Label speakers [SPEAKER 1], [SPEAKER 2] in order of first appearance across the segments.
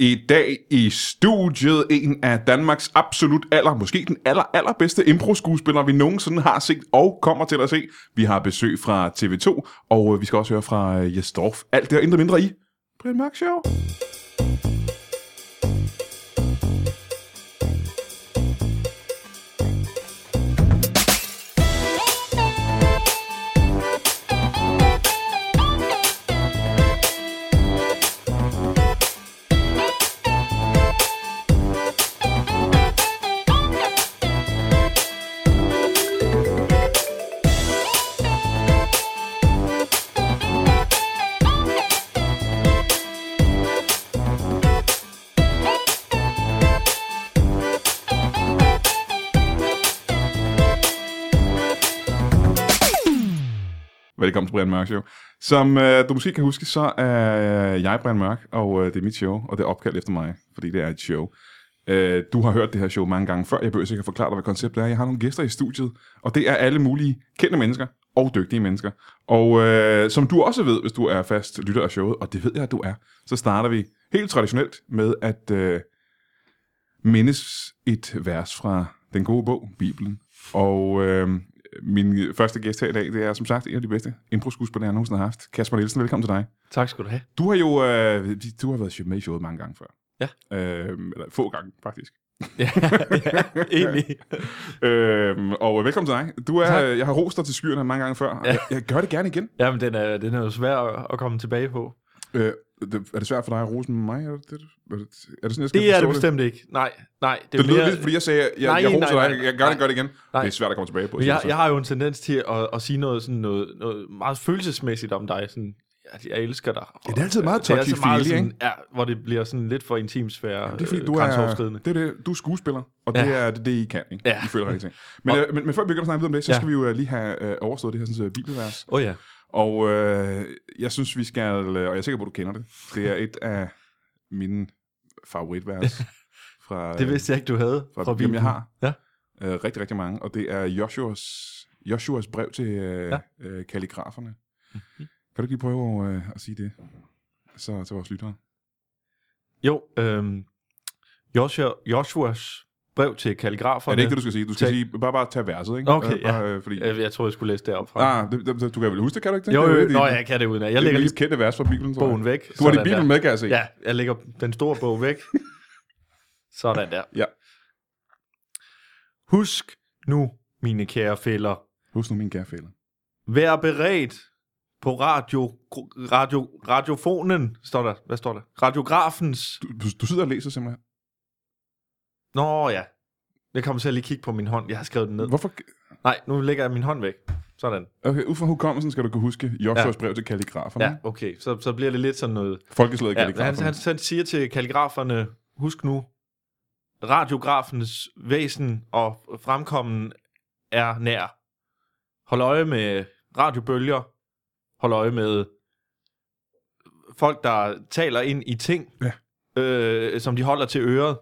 [SPEAKER 1] I dag i studiet en af Danmarks absolut aller, måske den aller, allerbedste impro-skuespiller, vi nogensinde har set og kommer til at se. Vi har besøg fra TV2, og øh, vi skal også høre fra øh, Jes Dorf. Alt det og indre mindre i Brian Mørk Show. Velkommen til Brian Mørk Show. Som øh, du måske kan huske, så er jeg Brian Mørk, og øh, det er mit show, og det er opkaldt efter mig, fordi det er et show. Øh, du har hørt det her show mange gange før, jeg behøver sikkert forklare dig, hvad konceptet er. Jeg har nogle gæster i studiet, og det er alle mulige kendte mennesker og dygtige mennesker. Og øh, som du også ved, hvis du er fast lytter af showet, og det ved jeg, at du er, så starter vi helt traditionelt med at øh, mindes et vers fra den gode bog, Bibelen. Og øh, min øh, første gæst her i dag, det er som sagt en af de bedste impro-skuespillere, jeg nogensinde har haft. Kasper Nielsen, velkommen til dig.
[SPEAKER 2] Tak skal du have.
[SPEAKER 1] Du har jo øh, du har været med i showet mange gange før.
[SPEAKER 2] Ja.
[SPEAKER 1] Øh, eller få gange, faktisk.
[SPEAKER 2] ja, ja, egentlig.
[SPEAKER 1] Øhm, og velkommen til dig. Du er,
[SPEAKER 2] Tak.
[SPEAKER 1] jeg har rost dig til skyerne mange gange før. og
[SPEAKER 2] Ja.
[SPEAKER 1] Jeg, jeg gør det gerne igen.
[SPEAKER 2] Jamen, den er, den er jo svær at, at komme tilbage på.
[SPEAKER 1] Øh, det, er det svært for dig at rose mig? Er det, er det, er det sådan, jeg skal
[SPEAKER 2] Det er det
[SPEAKER 1] forstå
[SPEAKER 2] bestemt ikke. Nej, nej.
[SPEAKER 1] Det, det lyder lidt, fordi jeg sagde, jeg,
[SPEAKER 2] Nej,
[SPEAKER 1] jeg roser
[SPEAKER 2] nej,
[SPEAKER 1] dig,
[SPEAKER 2] nej,
[SPEAKER 1] jeg, jeg gør det
[SPEAKER 2] nej.
[SPEAKER 1] godt igen.
[SPEAKER 2] Nej.
[SPEAKER 1] Det er svært at komme tilbage på.
[SPEAKER 2] men
[SPEAKER 1] siger
[SPEAKER 2] jeg,
[SPEAKER 1] du så.
[SPEAKER 2] jeg har jo en tendens til at, at sige noget, sådan noget, noget meget følelsesmæssigt om dig. Sådan, at jeg elsker dig.
[SPEAKER 1] Ja, det er altid meget
[SPEAKER 2] Det er altså meget
[SPEAKER 1] touchy-feely,
[SPEAKER 2] sådan, ja, hvor det bliver sådan lidt for intimsfære,
[SPEAKER 1] det er fordi, du er,
[SPEAKER 2] Øh, grænseoverskridende.
[SPEAKER 1] det er det, du er skuespiller, og det
[SPEAKER 2] Ja.
[SPEAKER 1] er det, det, I kan. Ikke?
[SPEAKER 2] Ja.
[SPEAKER 1] I føler rigtig ting. Men, øh, men, men før vi begynder at snakke videre om det, så
[SPEAKER 2] Ja.
[SPEAKER 1] skal vi jo øh, lige have øh, overstået det her sådan, så bibelvers.
[SPEAKER 2] Åh oh, ja.
[SPEAKER 1] Og øh, jeg synes, vi skal, øh, og jeg er sikker på, at du kender det. Det er et af mine favoritvers fra, øh,
[SPEAKER 2] Det vidste jeg ikke, du havde
[SPEAKER 1] fra,
[SPEAKER 2] fra,
[SPEAKER 1] fra
[SPEAKER 2] Bibelen.
[SPEAKER 1] jeg har.
[SPEAKER 2] Ja.
[SPEAKER 1] Øh, rigtig, rigtig mange. Og det er Joshuas, Joshuas brev til øh, ja.
[SPEAKER 2] Ja. Mhm.
[SPEAKER 1] øh, kalligraferne. Mm-hmm. Kan du ikke lige prøve at, øh, at sige det så, til vores lyttere?
[SPEAKER 2] Jo, øhm, Joshua, Joshuas brev til kalligraferne.
[SPEAKER 1] Er det ikke det, du skal sige? Du skal
[SPEAKER 2] Tag-
[SPEAKER 1] sige, bare, bare tage verset, ikke?
[SPEAKER 2] Okay,
[SPEAKER 1] øh, bare, øh, fordi,
[SPEAKER 2] Jeg, jeg tror, jeg skulle læse det op fra.
[SPEAKER 1] Ah, det, det, du kan vel huske det, kan du ikke? det?
[SPEAKER 2] jo,
[SPEAKER 1] Det er
[SPEAKER 2] jo,
[SPEAKER 1] det,
[SPEAKER 2] jo.
[SPEAKER 1] det-
[SPEAKER 2] Nå, jeg kan det uden. Jeg
[SPEAKER 1] det er
[SPEAKER 2] lægger
[SPEAKER 1] det
[SPEAKER 2] lige
[SPEAKER 1] mest kendte vers fra Bibelen, tror jeg.
[SPEAKER 2] bogen væk.
[SPEAKER 1] Du har din
[SPEAKER 2] Sådan
[SPEAKER 1] Bibel
[SPEAKER 2] der.
[SPEAKER 1] med, kan jeg se.
[SPEAKER 2] Ja, jeg lægger den store bog væk. Sådan der.
[SPEAKER 1] Ja.
[SPEAKER 2] Husk nu, mine kære fælder.
[SPEAKER 1] Husk nu min gærfælder.
[SPEAKER 2] Vær beredt på radio, radio, radiofonen, står der. Hvad står der? Radiografens.
[SPEAKER 1] Du, du, du sidder og læser simpelthen.
[SPEAKER 2] Nå ja. Jeg kommer til at lige kigge på min hånd. Jeg har skrevet den ned.
[SPEAKER 1] Hvorfor?
[SPEAKER 2] Nej, nu lægger jeg min hånd væk. Sådan.
[SPEAKER 1] Okay, ud fra hukommelsen skal du kunne huske Joshuas ja.
[SPEAKER 2] Ja.
[SPEAKER 1] brev til kalligraferne.
[SPEAKER 2] Ja,
[SPEAKER 1] Ja.
[SPEAKER 2] okay. Så, så bliver det lidt sådan noget
[SPEAKER 1] Folkeslaget
[SPEAKER 2] Ja, han,
[SPEAKER 1] kalligraferne.
[SPEAKER 2] han, han siger til kalligraferne, husk nu, radiografens væsen og fremkommen er nær. Hold øje med radiobølger. Hold øje med folk, der taler ind i ting,
[SPEAKER 1] Ja.
[SPEAKER 2] øh, som de holder til øret.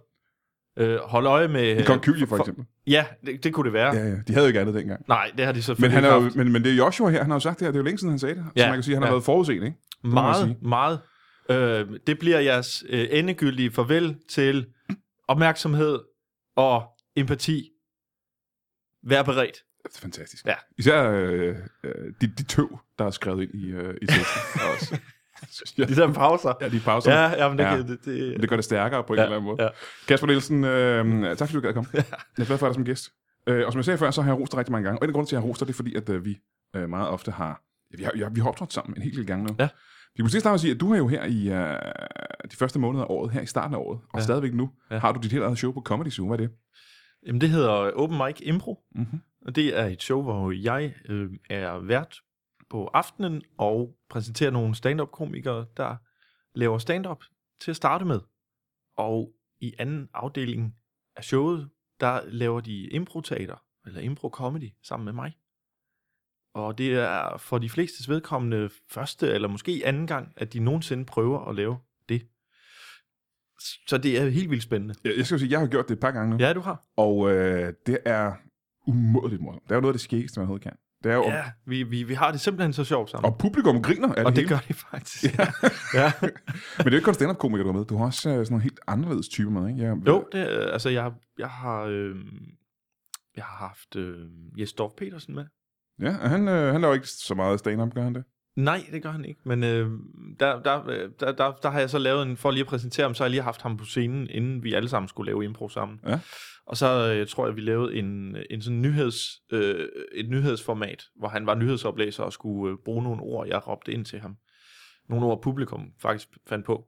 [SPEAKER 2] Øh, hold øje med...
[SPEAKER 1] I Kong Kylie, for eksempel.
[SPEAKER 2] Ja, det, det kunne det være.
[SPEAKER 1] Ja,
[SPEAKER 2] Ja.
[SPEAKER 1] ja. De havde jo ikke andet dengang.
[SPEAKER 2] Nej, det har de så
[SPEAKER 1] Men, han er jo, men, men det er Joshua her, han har jo sagt det her, det er jo længe siden, han sagde det. Ja. Så
[SPEAKER 2] Ja,
[SPEAKER 1] man kan sige, han har
[SPEAKER 2] ja.
[SPEAKER 1] været forudseende, ikke? må man
[SPEAKER 2] Meget, meget. Øh, det bliver jeres øh, endegyldige farvel til opmærksomhed og empati. Vær beredt.
[SPEAKER 1] Det er fantastisk.
[SPEAKER 2] Ja.
[SPEAKER 1] Især øh, øh, de, de tøv, der er skrevet ind i, øh, i teksten. er også. synes jeg-
[SPEAKER 2] De der pauser.
[SPEAKER 1] Ja, de pauser.
[SPEAKER 2] Ja,
[SPEAKER 1] Ja.
[SPEAKER 2] ja, men det,
[SPEAKER 1] Ja.
[SPEAKER 2] ja. det, det,
[SPEAKER 1] Det gør det stærkere på en ja. eller anden måde.
[SPEAKER 2] Ja.
[SPEAKER 1] Kasper Nielsen, øh, tak fordi du gad at komme. Jeg er glad for at have dig som gæst. Øh, og som jeg sagde før, så har jeg rost dig rigtig mange gange. Og en af grunden til, at jeg har rost dig, det er fordi, at øh, vi øh, meget ofte har... Ja, vi har, ja, vi har optrådt sammen en hel del gange nu.
[SPEAKER 2] Ja.
[SPEAKER 1] Vi kan måske starte med at sige, at du er jo her i øh, de første måneder af året, her i starten af året, og ja.
[SPEAKER 2] Ja.
[SPEAKER 1] stadigvæk nu, ja.
[SPEAKER 2] Ja.
[SPEAKER 1] har du dit helt eget show på Comedy Zoo. Hvad er det?
[SPEAKER 2] Jamen, det hedder Open Mic Impro.
[SPEAKER 1] Mm-hmm.
[SPEAKER 2] Og det er et show, hvor jeg øh, er vært på aftenen og præsenterer nogle stand-up-komikere, der laver stand-up til at starte med. Og i anden afdeling af showet, der laver de improteater, eller impro-comedy, sammen med mig. Og det er for de flestes vedkommende første, eller måske anden gang, at de nogensinde prøver at lave det. Så det er helt vildt spændende.
[SPEAKER 1] Jeg, jeg skal jo sige, at jeg har gjort det et par gange nu,
[SPEAKER 2] Ja, du har.
[SPEAKER 1] og øh, det er umådeligt morsomt. Det er jo noget af det skægeste, man overhovedet kan. Det er jo,
[SPEAKER 2] Ja, vi, vi, vi har det simpelthen så sjovt sammen.
[SPEAKER 1] Og publikum griner af
[SPEAKER 2] og
[SPEAKER 1] det,
[SPEAKER 2] det
[SPEAKER 1] hele.
[SPEAKER 2] gør det faktisk. Ja. ja.
[SPEAKER 1] Men det er jo ikke kun stand-up-komikere, du har med. Du har også øh, sådan nogle helt anderledes typer med, ikke? Jeg,
[SPEAKER 2] Jo, det, er- altså jeg, jeg har... Øh, jeg har haft øh, Jes Dorf Petersen med.
[SPEAKER 1] Ja, og han, øh, han laver ikke så meget stand-up, gør han det?
[SPEAKER 2] Nej, det gør han ikke, men øh, der, der, øh, der, der, der har jeg så lavet en, for lige at præsentere ham, så har jeg lige haft ham på scenen, inden vi alle sammen skulle lave impro sammen.
[SPEAKER 1] Ja.
[SPEAKER 2] Og så øh, tror jeg, vi lavede en, en sådan nyheds, øh, et nyhedsformat, hvor han var nyhedsoplæser og skulle øh, bruge nogle ord, jeg råbte ind til ham. Nogle ord, publikum faktisk fandt på.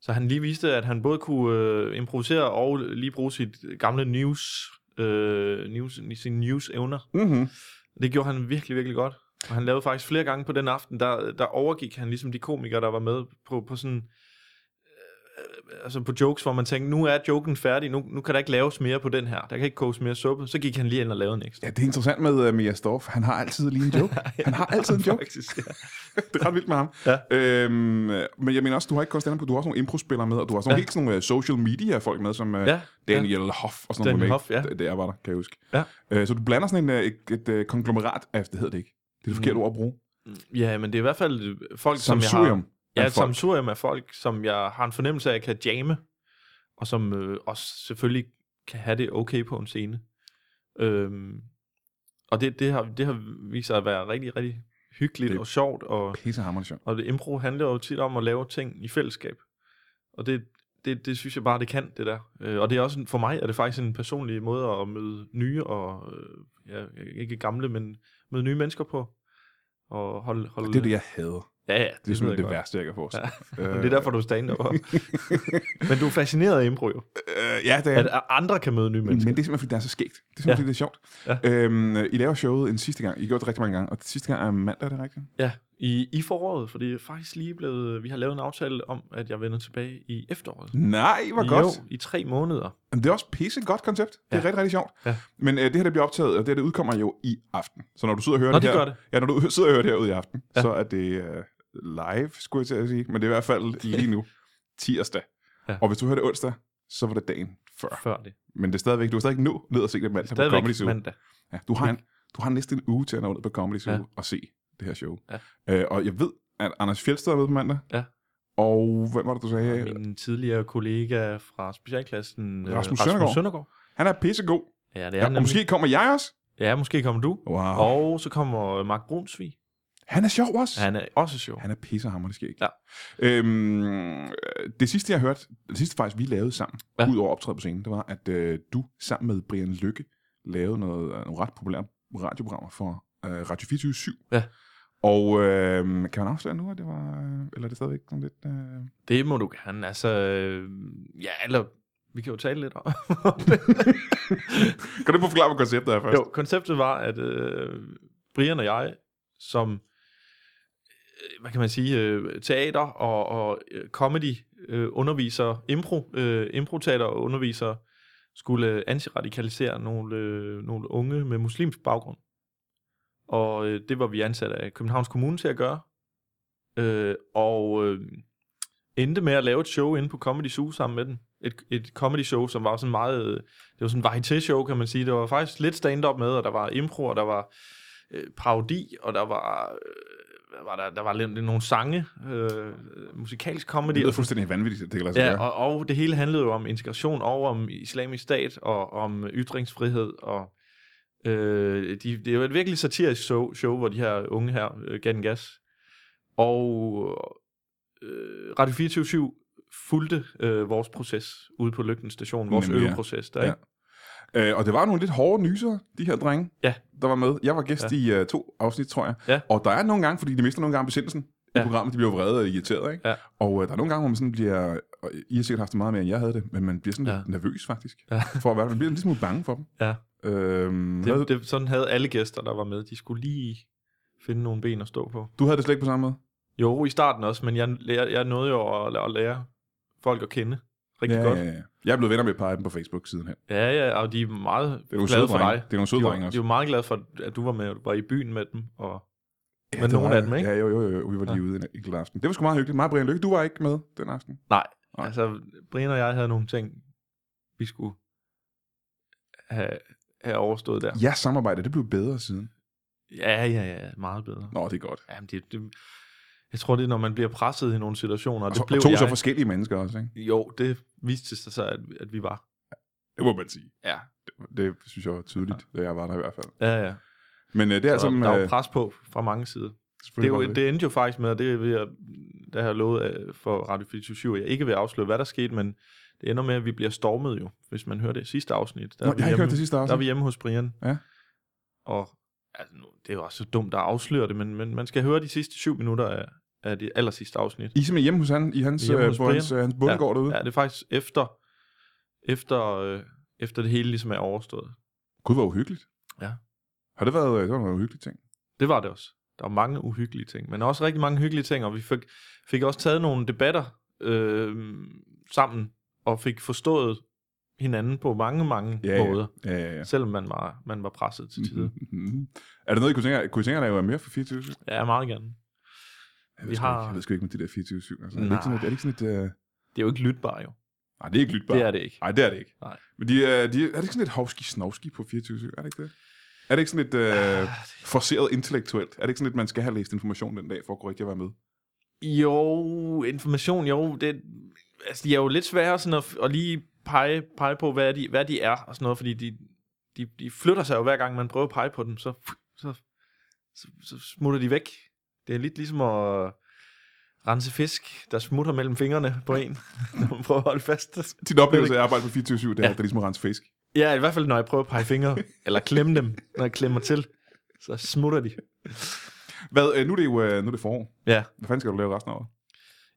[SPEAKER 2] Så han lige viste, at han både kunne øh, improvisere og lige bruge sit gamle news, øh, news sine news-evner.
[SPEAKER 1] Mm-hmm.
[SPEAKER 2] Det gjorde han virkelig, virkelig godt. Og han lavede faktisk flere gange på den aften, der, der overgik han ligesom de komikere, der var med på, på sådan... Øh, altså på jokes, hvor man tænkte, nu er joken færdig, nu, nu kan der ikke laves mere på den her. Der kan ikke koges mere suppe. Så gik han lige ind og lavede en ekstra.
[SPEAKER 1] Ja, det er interessant med uh, Mia Storff. Han har altid lige en joke. Han har altid en joke.
[SPEAKER 2] Faktisk, ja.
[SPEAKER 1] det er ret vildt med ham.
[SPEAKER 2] Ja.
[SPEAKER 1] Øhm, men jeg mener også, du har ikke kun stand-up, du har også nogle impro-spillere med, og du har sådan ja.
[SPEAKER 2] Ja.
[SPEAKER 1] helt sådan nogle øh, social media-folk med, som uh,
[SPEAKER 2] Ja,
[SPEAKER 1] Daniel Hoff og sådan
[SPEAKER 2] Daniel
[SPEAKER 1] noget.
[SPEAKER 2] Hoff, ja.
[SPEAKER 1] Det, der var der, kan jeg huske.
[SPEAKER 2] Ja.
[SPEAKER 1] Øh, så du blander sådan en, øh, et, et, øh, konglomerat af, det hedder det ikke. Det er det forkerte
[SPEAKER 2] Mm.
[SPEAKER 1] ord at bruge.
[SPEAKER 2] ja, men det er i hvert fald folk, som jeg har...
[SPEAKER 1] Samsurium. af
[SPEAKER 2] Ja, et
[SPEAKER 1] folk.
[SPEAKER 2] samsurium af folk, som jeg har en fornemmelse af, at jeg kan jamme, og som øh, også selvfølgelig kan have det okay på en scene. Øhm, og det, det, har, det har vist sig at være rigtig, rigtig hyggeligt
[SPEAKER 1] Det-
[SPEAKER 2] det. og sjovt, og,
[SPEAKER 1] Pissehammerende sjovt.
[SPEAKER 2] og det, impro handler jo tit om at lave ting i fællesskab. Og det, det, det synes jeg bare, det kan, det der. Øh, og det er også, en- for mig er det faktisk en personlig måde at møde nye, og øh, ja, ikke gamle, men møde nye mennesker på. Og holde, holde,
[SPEAKER 1] Det er det, jeg hader.
[SPEAKER 2] Ja, ja,
[SPEAKER 1] Det er
[SPEAKER 2] ved jeg
[SPEAKER 1] simpelthen det
[SPEAKER 2] godt.
[SPEAKER 1] værste, jeg kan forestille. Ja.
[SPEAKER 2] Og det er derfor, du er stand up Men du er fascineret af impro, jo.
[SPEAKER 1] Øh, ja, det er,
[SPEAKER 2] At andre kan møde nye
[SPEAKER 1] Men det
[SPEAKER 2] mennesker.
[SPEAKER 1] er simpelthen, fordi det er så skægt. Det er simpelthen, ja.
[SPEAKER 2] Ja.
[SPEAKER 1] fordi det er sjovt. Ja.
[SPEAKER 2] Ja.
[SPEAKER 1] Øhm, I laver showet en sidste gang. I gjorde det rigtig mange gange. Og det sidste gang er mandag, er det rigtigt?
[SPEAKER 2] Ja, i, i foråret, for det er faktisk lige blevet... Vi har lavet en aftale om, at jeg vender tilbage i efteråret.
[SPEAKER 1] Nej, hvor godt.
[SPEAKER 2] Jo, i tre måneder.
[SPEAKER 1] Jamen, det er også pisse godt koncept. Det er ja.
[SPEAKER 2] Ja.
[SPEAKER 1] rigtig, rigtig sjovt.
[SPEAKER 2] Ja.
[SPEAKER 1] Men øh, det her, det bliver optaget, og det her, det udkommer jo i aften. Så når du sidder og hører
[SPEAKER 2] Nå,
[SPEAKER 1] det
[SPEAKER 2] det
[SPEAKER 1] her...
[SPEAKER 2] gør det.
[SPEAKER 1] Ja, når du sidder og hører det her ude i aften, ja.
[SPEAKER 2] Ja.
[SPEAKER 1] så er det øh, live, skulle jeg til at sige. Men det er i hvert fald lige nu tirsdag. Ja.
[SPEAKER 2] Ja.
[SPEAKER 1] Og hvis du hører det onsdag, så var det dagen før.
[SPEAKER 2] Før det.
[SPEAKER 1] Men det er stadigvæk, du har stadig ikke nået ned og se det mandag Altså på Comedy
[SPEAKER 2] Stadigvæk
[SPEAKER 1] Zoo.
[SPEAKER 2] mandag.
[SPEAKER 1] Ja, du har, en, du har næsten en uge til at nå ned på Comedy Zoo ja.
[SPEAKER 2] Ja.
[SPEAKER 1] og se det her show.
[SPEAKER 2] Ja.
[SPEAKER 1] Øh, og jeg ved, at Anders Fjeldsted er med på mandag.
[SPEAKER 2] Ja.
[SPEAKER 1] Og hvem var det, du sagde?
[SPEAKER 2] Min tidligere kollega fra specialklassen, øh,
[SPEAKER 1] Rasmus Søndergaard.
[SPEAKER 2] Søndergaard.
[SPEAKER 1] Han er pissegod.
[SPEAKER 2] Ja, det er
[SPEAKER 1] Ja,
[SPEAKER 2] han
[SPEAKER 1] og
[SPEAKER 2] nemlig.
[SPEAKER 1] måske kommer jeg også.
[SPEAKER 2] Ja, måske kommer du.
[SPEAKER 1] Wow. Og...
[SPEAKER 2] Og så kommer Mark Brunsvig.
[SPEAKER 1] Han er sjov også.
[SPEAKER 2] Han er også sjov.
[SPEAKER 1] Han er pissehammer, det sker ikke.
[SPEAKER 2] Ja.
[SPEAKER 1] Øhm, det sidste, jeg hørte, det sidste faktisk, vi lavede sammen, ja.
[SPEAKER 2] Ja.
[SPEAKER 1] ud over optræde på scenen, det var, at øh, du sammen med Brian Lykke lavede noget, øh, nogle ret populære radioprogrammer for øh, Radio 24 /7.
[SPEAKER 2] Ja.
[SPEAKER 1] Og øh, kan man afsløre nu, at det var, øh, eller er det stadigvæk sådan lidt... Øh...
[SPEAKER 2] Det må du gerne. Altså, øh, ja, eller vi kan jo tale lidt om
[SPEAKER 1] Kan du ikke forklare, hvad konceptet er først?
[SPEAKER 2] Jo, konceptet var, at øh, Brian og jeg, som, øh, hvad kan man sige, øh, teater og, og øh, comedy øh, underviser, impro, øh, improteater og underviser, skulle øh, antiradikalisere nogle, øh, nogle unge med muslimsk baggrund. Og øh, det var vi ansat af Københavns Kommune til at gøre. Øh, og øh, endte med at lave et show inde på Comedy Zoo sammen med den. Et, et comedy show, som var sådan meget... Øh, det var sådan en varieté-show, kan man sige. Det var faktisk lidt stand-up med, og der var impro, og der var øh, parodi, og der var... Øh, hvad var der, der var lidt, lidt nogle sange, øh, musikalsk comedy.
[SPEAKER 1] Det lyder fuldstændig vanvittigt, at det kan lade sig
[SPEAKER 2] Ja,
[SPEAKER 1] gøre.
[SPEAKER 2] og, og det hele handlede jo om integration og om islamisk stat og om ytringsfrihed. Og, øh, de, det er jo et virkelig satirisk show, show hvor de her unge her øh, gav den gas. Og øh, Radio 24 fulgte øh, vores proces ude på Lygten Station, vores
[SPEAKER 1] Nemlig, ja.
[SPEAKER 2] øveproces der.
[SPEAKER 1] Ja.
[SPEAKER 2] Ja.
[SPEAKER 1] Øh, og det var nogle lidt hårde nyser, de her drenge,
[SPEAKER 2] Ja.
[SPEAKER 1] der var med. Jeg var gæst ja.
[SPEAKER 2] Ja.
[SPEAKER 1] i uh, to afsnit, tror jeg.
[SPEAKER 2] Ja.
[SPEAKER 1] Og der er nogle gange, fordi de mister nogle gange besindelsen ja. i
[SPEAKER 2] Ja.
[SPEAKER 1] programmet, de bliver vrede og irriteret, ikke?
[SPEAKER 2] Ja.
[SPEAKER 1] Og uh, der er nogle gange, hvor man sådan bliver, og I har sikkert haft det meget mere, end jeg havde det, men man bliver sådan ja.
[SPEAKER 2] Ja.
[SPEAKER 1] lidt nervøs faktisk,
[SPEAKER 2] Ja.
[SPEAKER 1] for at være, man bliver lidt smule bange for dem.
[SPEAKER 2] Ja.
[SPEAKER 1] Øhm, havde,
[SPEAKER 2] Det, det, sådan havde alle gæster, der var med. De skulle lige finde nogle ben at stå på.
[SPEAKER 1] Du havde det slet ikke på samme måde?
[SPEAKER 2] Jo, i starten også, men jeg, jeg, jeg nåede jo at, at lære folk at kende rigtig
[SPEAKER 1] ja,
[SPEAKER 2] godt.
[SPEAKER 1] ja, ja. Jeg er blevet venner med et par af dem på Facebook siden her.
[SPEAKER 2] Ja, ja, og de er meget
[SPEAKER 1] Det er nogle søde
[SPEAKER 2] glade for
[SPEAKER 1] drenge.
[SPEAKER 2] dig.
[SPEAKER 1] Det er nogle søde
[SPEAKER 2] de, var,
[SPEAKER 1] drenge
[SPEAKER 2] de
[SPEAKER 1] også.
[SPEAKER 2] var meget glade for, at du var med, og du var i byen med dem. Og,
[SPEAKER 1] Ja,
[SPEAKER 2] med
[SPEAKER 1] det
[SPEAKER 2] nogle
[SPEAKER 1] var-
[SPEAKER 2] af dem, ikke?
[SPEAKER 1] Ja, jo, jo, jo. Vi var lige ja.
[SPEAKER 2] Ja.
[SPEAKER 1] ude en enkelt aften. Det var sgu meget hyggeligt. Mig og Brian Lykke, du var ikke med den aften. Nej.
[SPEAKER 2] Nej. altså, Brian og jeg havde nogle ting, vi skulle have, have overstået der.
[SPEAKER 1] Jeres samarbejde, det blev bedre siden.
[SPEAKER 2] Ja, ja, ja, meget bedre.
[SPEAKER 1] Nå, det er godt.
[SPEAKER 2] Jamen, det, det, jeg tror, det er, når man bliver presset i nogle situationer, og
[SPEAKER 1] Og,
[SPEAKER 2] det
[SPEAKER 1] så,
[SPEAKER 2] blev
[SPEAKER 1] og to
[SPEAKER 2] jeg.
[SPEAKER 1] så forskellige mennesker også, ikke?
[SPEAKER 2] Jo, det viste sig så, at, at vi var.
[SPEAKER 1] Det må man sige.
[SPEAKER 2] Ja,
[SPEAKER 1] Det, det synes jeg var tydeligt, da jeg var der i hvert fald.
[SPEAKER 2] ja, ja.
[SPEAKER 1] Men øh, det er
[SPEAKER 2] Så
[SPEAKER 1] som...
[SPEAKER 2] der er jo
[SPEAKER 1] øh,
[SPEAKER 2] pres på fra mange sider. Det, er
[SPEAKER 1] selvfølgelig
[SPEAKER 2] jo,
[SPEAKER 1] var
[SPEAKER 2] det endte jo faktisk med, og det vil jeg, der har jeg lovet øh, for Radio 24 jeg ikke vil afsløre, hvad der skete, men det ender med, at vi bliver stormet jo, hvis man hører det sidste afsnit. Der
[SPEAKER 1] Nå,
[SPEAKER 2] er vi
[SPEAKER 1] jeg har ikke
[SPEAKER 2] hjemme-
[SPEAKER 1] hørt det sidste
[SPEAKER 2] Der er vi
[SPEAKER 1] afsnit.
[SPEAKER 2] hjemme hos Brian.
[SPEAKER 1] Ja.
[SPEAKER 2] Og altså, nu, det er jo også så dumt at afsløre det, men, men man skal høre de sidste syv minutter af, af det aller sidste afsnit.
[SPEAKER 1] I er simpelthen hjemme hos han, i hans,
[SPEAKER 2] Hjemme
[SPEAKER 1] øh,
[SPEAKER 2] hos
[SPEAKER 1] på
[SPEAKER 2] Brian.
[SPEAKER 1] hans, øh, hans bundegård derude.
[SPEAKER 2] Ja, det er faktisk efter, efter, øh, efter det hele ligesom er overstået.
[SPEAKER 1] Gud, hvor uhyggeligt.
[SPEAKER 2] Ja.
[SPEAKER 1] Har det været, øh, det var en uhyggelig ting?
[SPEAKER 2] Det var det også. Der var mange uhyggelige ting, men også rigtig mange hyggelige ting, og vi fik, fik også taget nogle debatter øh, sammen, og fik forstået hinanden på mange, mange
[SPEAKER 1] Ja,
[SPEAKER 2] måder,
[SPEAKER 1] Ja, ja, ja.
[SPEAKER 2] selvom man var, man var presset til tider.
[SPEAKER 1] Mhm. er der noget, I kunne tænke, jer- kunne I tænke jer at lave mere for 24 7
[SPEAKER 2] Ja, meget gerne.
[SPEAKER 1] Jeg
[SPEAKER 2] Vi
[SPEAKER 1] ved, sgu
[SPEAKER 2] har-
[SPEAKER 1] ikke, jeg ved sgu ikke med de der 24 7 altså. er, det
[SPEAKER 2] Nej.
[SPEAKER 1] ikke sådan, et- er det ikke sådan et... Øh...
[SPEAKER 2] Det er jo ikke lytbar, jo.
[SPEAKER 1] Nej, det er ikke lytbart.
[SPEAKER 2] Det er det ikke.
[SPEAKER 1] Nej, det er det ikke.
[SPEAKER 2] Nej.
[SPEAKER 1] Men de, øh, de, er det ikke sådan et hovski-snovski på 24 7 Er det ikke det? Er det ikke sådan et
[SPEAKER 2] Ah,
[SPEAKER 1] øh, forceret intellektuelt? Er det ikke sådan, at man skal have læst information den dag, for at kunne rigtig være med?
[SPEAKER 2] Jo, information, jo. Det, altså, de er jo lidt svære sådan at, at lige pege, pege på, hvad de, hvad de er og sådan noget, fordi de, de, de flytter sig jo hver gang, man prøver at pege på dem, så, så, så, så smutter de væk. Det er lidt ligesom at rense fisk, der smutter mellem fingrene på en, når man prøver at holde fast.
[SPEAKER 1] Din oplevelse af at arbejde på 24 7 det er,
[SPEAKER 2] Ja.
[SPEAKER 1] at det er ligesom at rense fisk.
[SPEAKER 2] Ja, i hvert fald, når jeg prøver at pege fingre, eller klemme dem, når jeg klemmer til, så smutter de.
[SPEAKER 1] Hvad, øh, nu er det jo øh, nu er det forår.
[SPEAKER 2] Ja.
[SPEAKER 1] Hvad fanden skal du lave resten af året?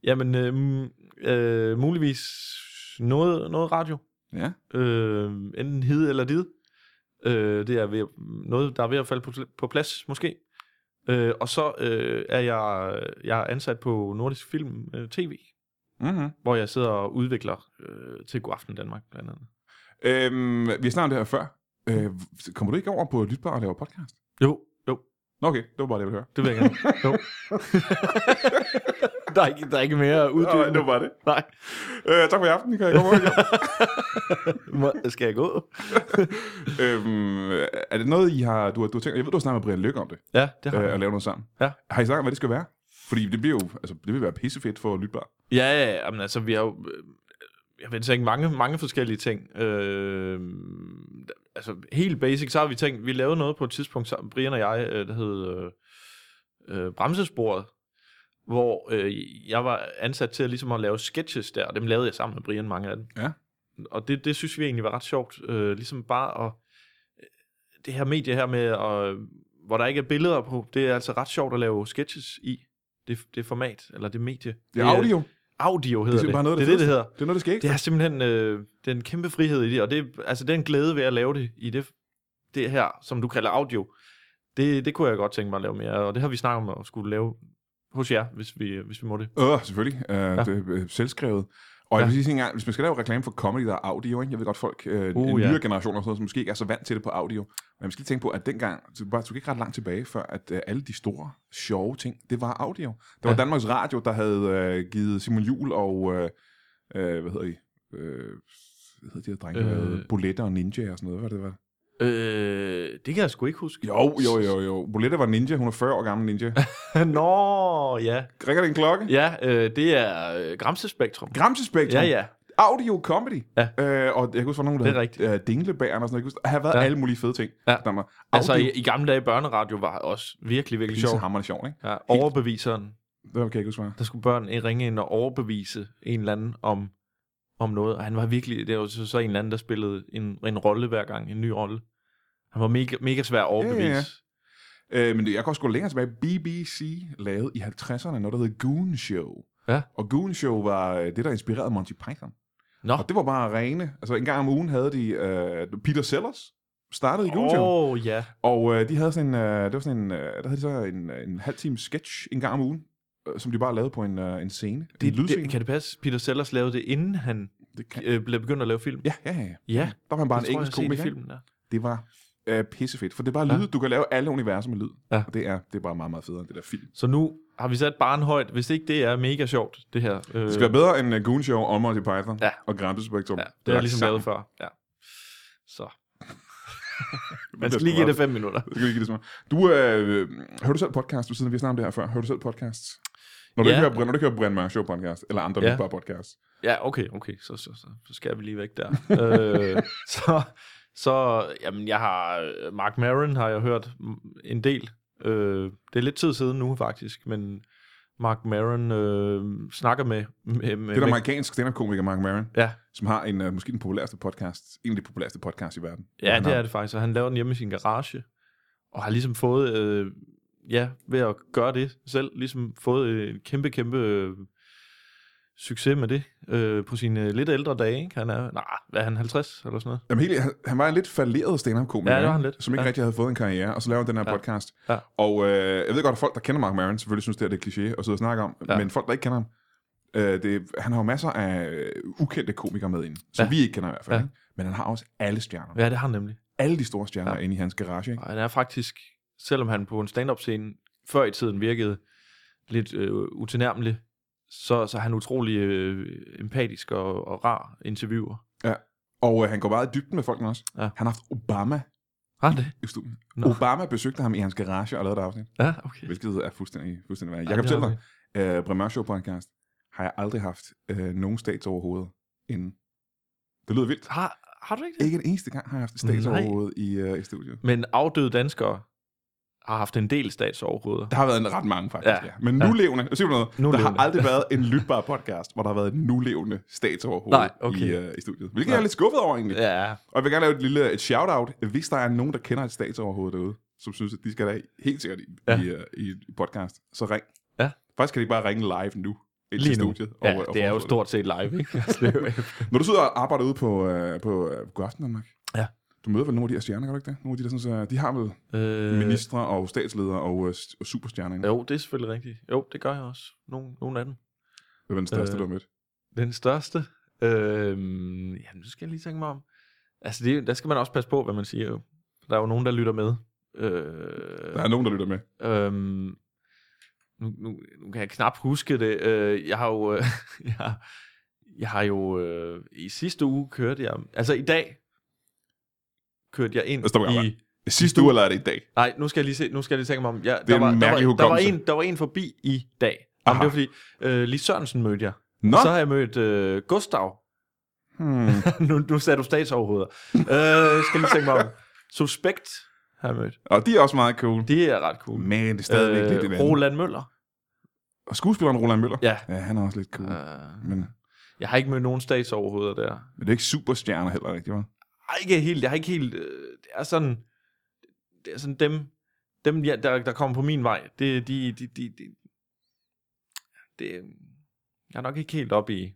[SPEAKER 2] Jamen, øh, m- øh, muligvis noget, noget radio.
[SPEAKER 1] Ja.
[SPEAKER 2] øh, enten hide eller did. Øh, det er ved, at- noget, der er ved at falde på, pl- på plads, måske. Øh, og så øh, er jeg, jeg er ansat på Nordisk Film øh, TV,
[SPEAKER 1] Mm-hmm.
[SPEAKER 2] hvor jeg sidder og udvikler øh, til God Aften Danmark, blandt andet.
[SPEAKER 1] Øhm, vi har snakket om det her før. Øh, kommer du ikke over på Lytbar og laver podcast?
[SPEAKER 2] Jo, jo,
[SPEAKER 1] Nå okay, det var bare det, jeg ville høre.
[SPEAKER 2] det vil jeg gerne. Jo. der, er ikke, der er ikke mere
[SPEAKER 1] Nej, det
[SPEAKER 2] uddybende.
[SPEAKER 1] var bare det.
[SPEAKER 2] Nej,
[SPEAKER 1] Øh, tak for i aften, kan jeg komme over.
[SPEAKER 2] Må- skal jeg gå?
[SPEAKER 1] øhm, er det noget, I har, du, har, du har tænkt, jeg ved, du har snakket med Brian Lykke om det,
[SPEAKER 2] Ja, det har
[SPEAKER 1] øh,
[SPEAKER 2] jeg.
[SPEAKER 1] at lave noget sammen.
[SPEAKER 2] Ja.
[SPEAKER 1] Har I snakket om, hvad det skal være? Fordi det bliver jo, altså, det vil være pissefedt for Lytbar.
[SPEAKER 2] Ja, ja, ja, jamen, altså, vi har jo, øh, jeg vil tænke, mange, mange forskellige ting. Øh, altså, helt basic, så har vi tænkt, vi lavede noget på et tidspunkt, sammen, Brian og jeg, øh, der hed øh, øh, Bremsesporet, hvor øh, jeg var ansat til at, ligesom at lave sketches der, og dem lavede jeg sammen med Brian, mange af dem.
[SPEAKER 1] Ja.
[SPEAKER 2] Og det, det synes vi egentlig var ret sjovt, øh, ligesom bare at, øh, det her medie her med, og, hvor der ikke er billeder på, det er altså ret sjovt at lave sketches i, det, det format, eller det medie.
[SPEAKER 1] Det er audio.
[SPEAKER 2] Audio hedder det.
[SPEAKER 1] simpelthen bare noget af
[SPEAKER 2] det,
[SPEAKER 1] det
[SPEAKER 2] er det,
[SPEAKER 1] fedeste.
[SPEAKER 2] det hedder.
[SPEAKER 1] Det er noget, det skal ikke.
[SPEAKER 2] Det er simpelthen øh, det er en kæmpe frihed i det, og det, er- altså, det er en glæde ved at lave det i det, det her, som du kalder audio. Det, det kunne jeg godt tænke mig at lave mere, og det har vi snakket om at skulle lave hos jer, hvis vi, hvis vi må det.
[SPEAKER 1] Øh, selvfølgelig. Øh, ja. det er øh, selvskrevet. Og jeg
[SPEAKER 2] Ja.
[SPEAKER 1] vil sige sådan en gang, hvis man skal lave reklame for comedy, der er audio, ikke? jeg ved godt, folk, øh, uh,
[SPEAKER 2] Uh,
[SPEAKER 1] en
[SPEAKER 2] ja.
[SPEAKER 1] nyere generation og sådan noget, som måske ikke er så vant til det på audio, men man skal lige tænke på, at dengang, så bare, du gik ikke ret langt tilbage, før at øh, alle de store, sjove ting, det var audio. Der var
[SPEAKER 2] Ja.
[SPEAKER 1] Danmarks Radio, der havde øh, givet Simon Jul og, øh, øh, hvad hedder I, øh, hvad hedder de her drenge,
[SPEAKER 2] Øh.
[SPEAKER 1] øh. Boletter og Ninja og sådan noget, hvad det var?
[SPEAKER 2] Øh, det kan jeg sgu ikke huske.
[SPEAKER 1] Jo, jo, jo, jo. Boletta var ninja, hun er 40 år gammel ninja.
[SPEAKER 2] Nå, ja.
[SPEAKER 1] Ringer det en klokke? Ja.
[SPEAKER 2] Ja, øh, det er øh, Gramse Spektrum.
[SPEAKER 1] Gramsespektrum.
[SPEAKER 2] Ja, ja.
[SPEAKER 1] audio comedy.
[SPEAKER 2] Ja.
[SPEAKER 1] Øh, og jeg kan huske, hvor nogen, der
[SPEAKER 2] Det er
[SPEAKER 1] hed, øh, Dinglebæren og sådan noget. Jeg kan huske, der har været ja.
[SPEAKER 2] Ja.
[SPEAKER 1] alle mulige fede ting.
[SPEAKER 2] Ja.
[SPEAKER 1] Der var
[SPEAKER 2] Altså i, i gamle dage børneradio var også virkelig, virkelig
[SPEAKER 1] sjov.
[SPEAKER 2] sjovt.
[SPEAKER 1] Hammerende sjov, ikke?
[SPEAKER 2] Ja, overbeviseren.
[SPEAKER 1] Det kan jeg ikke huske, hvad.
[SPEAKER 2] der skulle børn ringe ind og overbevise en eller anden om, om noget. Og han var virkelig, det var så, så en eller anden, der spillede en, en rolle hver gang, en ny rolle. Han var mega, mega svær at overbevise.
[SPEAKER 1] Ja, ja, ja. Øh, men det- jeg kan også gå længere tilbage. BBC lavede i 50'erne noget, der hed Goon Show.
[SPEAKER 2] Ja.
[SPEAKER 1] Og Goon Show var øh, det, der inspirerede Monty Python.
[SPEAKER 2] Nå,
[SPEAKER 1] Og det var bare rene. Altså en gang om ugen havde de øh, Peter Sellers startede i Goon Show.
[SPEAKER 2] åh oh, ja.
[SPEAKER 1] Og øh, de havde sådan en, øh, det var sådan en, øh, der havde de så en, en halv time sketch en gang om ugen, øh, som de bare lavede på en, øh, en scene.
[SPEAKER 2] Det,
[SPEAKER 1] en lydscene.
[SPEAKER 2] det, kan det passe? Peter Sellers lavede det, inden han
[SPEAKER 1] det kan.
[SPEAKER 2] øh, blev begyndt at lave film?
[SPEAKER 1] Ja, ja, ja, ja.
[SPEAKER 2] ja
[SPEAKER 1] Der var han bare
[SPEAKER 2] det
[SPEAKER 1] en engelsk
[SPEAKER 2] tror jeg, jeg har set i
[SPEAKER 1] komiker. ikke?
[SPEAKER 2] filmen, der.
[SPEAKER 1] Det var øh, pissefedt, for det er bare
[SPEAKER 2] Ja.
[SPEAKER 1] lyd. Du kan lave alle universer med lyd.
[SPEAKER 2] Ja.
[SPEAKER 1] Og det er, det er bare meget, meget federe end det der film.
[SPEAKER 2] Så nu har vi sat barn højt, hvis ikke det er mega sjovt, det her. Øh,
[SPEAKER 1] Det skal være bedre end uh, Goon Show og Monty Python
[SPEAKER 2] Ja. ligesom
[SPEAKER 1] og Grampespektrum.
[SPEAKER 2] ja, det er ligesom lavet før. Ja. Så. Man skal lige give det
[SPEAKER 1] fem.
[SPEAKER 2] fem minutter.
[SPEAKER 1] Jeg skal lige give det så meget. Du, øh, hører du selv podcast? Du siden vi har snakket om det her før. Hører du selv podcasts? Når du,
[SPEAKER 2] Ja.
[SPEAKER 1] ikke, hører, når du ikke hører Brian Mørk Show podcast, eller andre
[SPEAKER 2] Ja.
[SPEAKER 1] ja. bare podcasts.
[SPEAKER 2] Ja, okay, okay. Så, så, så, så skal vi lige væk der. øh, så, så, jamen, jeg har, øh, Mark Maron har jeg hørt m- en del. Øh, det er lidt tid siden nu, faktisk, men Mark Maron øh, snakker med... med, med
[SPEAKER 1] Det er der amerikansk stand-up-komiker Mark Maron,
[SPEAKER 2] Ja,
[SPEAKER 1] som har en, øh, måske den populæreste podcast, en af de populæreste podcasts i verden.
[SPEAKER 2] ja
[SPEAKER 1] Han
[SPEAKER 2] det
[SPEAKER 1] har-
[SPEAKER 2] er det faktisk, og han laver den hjemme i sin garage, og har ligesom fået, øh, ja, ved at gøre det selv, ligesom fået øh, en kæmpe, kæmpe øh, succes med det øh, på sine øh, lidt ældre dage. Ikke? Han er, nej, hvad er han, 50 eller sådan noget?
[SPEAKER 1] Jamen, hele, han- han var en lidt falderet stand-up-komiker,
[SPEAKER 2] Ja, det var han
[SPEAKER 1] ikke?
[SPEAKER 2] lidt.
[SPEAKER 1] som ikke
[SPEAKER 2] Ja.
[SPEAKER 1] rigtig havde fået en karriere, og så laver han den her
[SPEAKER 2] Ja.
[SPEAKER 1] podcast.
[SPEAKER 2] Ja.
[SPEAKER 1] Og øh, jeg ved godt, at folk, der kender Mark Maron, selvfølgelig synes, det er lidt kliché at sidde og snakke om,
[SPEAKER 2] Ja.
[SPEAKER 1] men folk, der ikke kender ham, øh, det, han har jo masser af øh, ukendte komikere med ind, som
[SPEAKER 2] Ja.
[SPEAKER 1] vi ikke kender i hvert fald,
[SPEAKER 2] Ja.
[SPEAKER 1] ja. men han har også alle stjerner.
[SPEAKER 2] Ja, det har han nemlig.
[SPEAKER 1] Alle de store stjerner
[SPEAKER 2] Ja.
[SPEAKER 1] ja. inde i hans garage. Ikke?
[SPEAKER 2] Og han er faktisk, selvom han på en stand-up-scene før i tiden virkede lidt øh, utilnærmelig, så, så er han utrolig øh, empatisk og, og rar interviewer.
[SPEAKER 1] Og øh, han går meget i dybden med folkene også.
[SPEAKER 2] Ja.
[SPEAKER 1] Ja. Han har haft Obama
[SPEAKER 2] Har han det?
[SPEAKER 1] i studiet.
[SPEAKER 2] Nå.
[SPEAKER 1] Obama besøgte ham i hans garage og lavede et afsnit,
[SPEAKER 2] Ja, okay.
[SPEAKER 1] hvilket er fuldstændig, fuldstændig værd.
[SPEAKER 2] Ja,
[SPEAKER 1] Jeg kan
[SPEAKER 2] det har
[SPEAKER 1] fortælle dig, øh, Bremer Show podcast, har jeg aldrig haft øh, nogen stats overhovedet inden. Det lyder vildt.
[SPEAKER 2] vi. Har, har du ikke det?
[SPEAKER 1] Ikke en eneste gang har jeg haft stats
[SPEAKER 2] Mm, Nej.
[SPEAKER 1] overhovedet i, øh, i studiet.
[SPEAKER 2] Men afdøde danskere har haft en del statsoverhoveder.
[SPEAKER 1] Der har været en ret mange, faktisk.
[SPEAKER 2] Ja.
[SPEAKER 1] Ja. Ja. Men nu levende, ja. noget, nu der har
[SPEAKER 2] Nulevende.
[SPEAKER 1] aldrig været en lytbar podcast, hvor der har været en nu levende statsoverhoved
[SPEAKER 2] Nej, okay.
[SPEAKER 1] i, øh, i studiet. Hvilket
[SPEAKER 2] Nej.
[SPEAKER 1] jeg er lidt skuffet over, egentlig. Ja.
[SPEAKER 2] Ja,
[SPEAKER 1] Og jeg vil gerne lave et lille et shout-out, hvis der er nogen, der kender et statsoverhoved derude, som synes, at de skal da helt sikkert i,
[SPEAKER 2] Ja.
[SPEAKER 1] ja. i, øh, i podcast, så ring.
[SPEAKER 2] Ja.
[SPEAKER 1] Faktisk kan de bare ringe live nu. ind til
[SPEAKER 2] lige nu.
[SPEAKER 1] Studiet,
[SPEAKER 2] Ja, det er jo
[SPEAKER 1] foreslå
[SPEAKER 2] stort set live, ikke? Altså, det er jo-
[SPEAKER 1] Når du sidder og arbejder ude på, øh, på øh, Godaften Danmark,
[SPEAKER 2] Ja.
[SPEAKER 1] du møder vel nogle af de her stjerner, gør du ikke det? Nogle af de, der sådan, øh, de har vel øh.
[SPEAKER 2] øh,
[SPEAKER 1] ministre og statsledere og, øh, s- og superstjerner. ikke?
[SPEAKER 2] jo, det er selvfølgelig rigtigt. Jo, det gør jeg også. Nogle, nogle af dem.
[SPEAKER 1] Hvem er den største,
[SPEAKER 2] Øh.
[SPEAKER 1] øh. du har mødt?
[SPEAKER 2] Den største? Øhm, jamen, nu skal jeg lige tænke mig om. Altså, det, er- der skal man også passe på, hvad man siger jo. Der er jo nogen, der lytter med. Øh,
[SPEAKER 1] Der er nogen, der lytter med.
[SPEAKER 2] øhm, nu, nu, nu kan jeg knap huske det. Øh, jeg har jo... Øh, jeg, har- jeg har jo... Øh, I sidste uge kørte jeg... Altså, i dag kørte jeg ind
[SPEAKER 1] Stop en gang,
[SPEAKER 2] i...
[SPEAKER 1] Sidste uge, eller er det i dag?
[SPEAKER 2] Nej, nu skal jeg lige, se, nu skal jeg lige tænke mig om... Ja,
[SPEAKER 1] er en mærkelig
[SPEAKER 2] der, var, der, var
[SPEAKER 1] hukommelse.
[SPEAKER 2] en, der var en forbi i dag. Jamen, det
[SPEAKER 1] Aha.
[SPEAKER 2] var fordi... Øh, Lis Sørensen mødte jeg.
[SPEAKER 1] Nå!
[SPEAKER 2] Og så har jeg mødt øh, Gustav.
[SPEAKER 1] Hmm.
[SPEAKER 2] nu, nu sagde du statsoverhoveder. øh, skal lige tænke mig om. Suspekt har jeg mødt.
[SPEAKER 1] Og de er også meget cool.
[SPEAKER 2] Det er ret cool.
[SPEAKER 1] Men det er stadigvæk øh, lidt et andet.
[SPEAKER 2] Roland Møller.
[SPEAKER 1] Og skuespilleren Roland Møller.
[SPEAKER 2] Ja.
[SPEAKER 1] ja han er også lidt cool. Øh.
[SPEAKER 2] Øh,
[SPEAKER 1] Men,
[SPEAKER 2] jeg har ikke mødt nogen statsoverhoveder der.
[SPEAKER 1] men det er ikke superstjerner heller, rigtig, hva'?
[SPEAKER 2] Ej, ikke helt. Jeg har ikke helt... Øh, det er sådan... Det er sådan dem, dem ja, der, der kommer på min vej. Det, de, de, de, de, det, øh, jeg er nok ikke helt op i...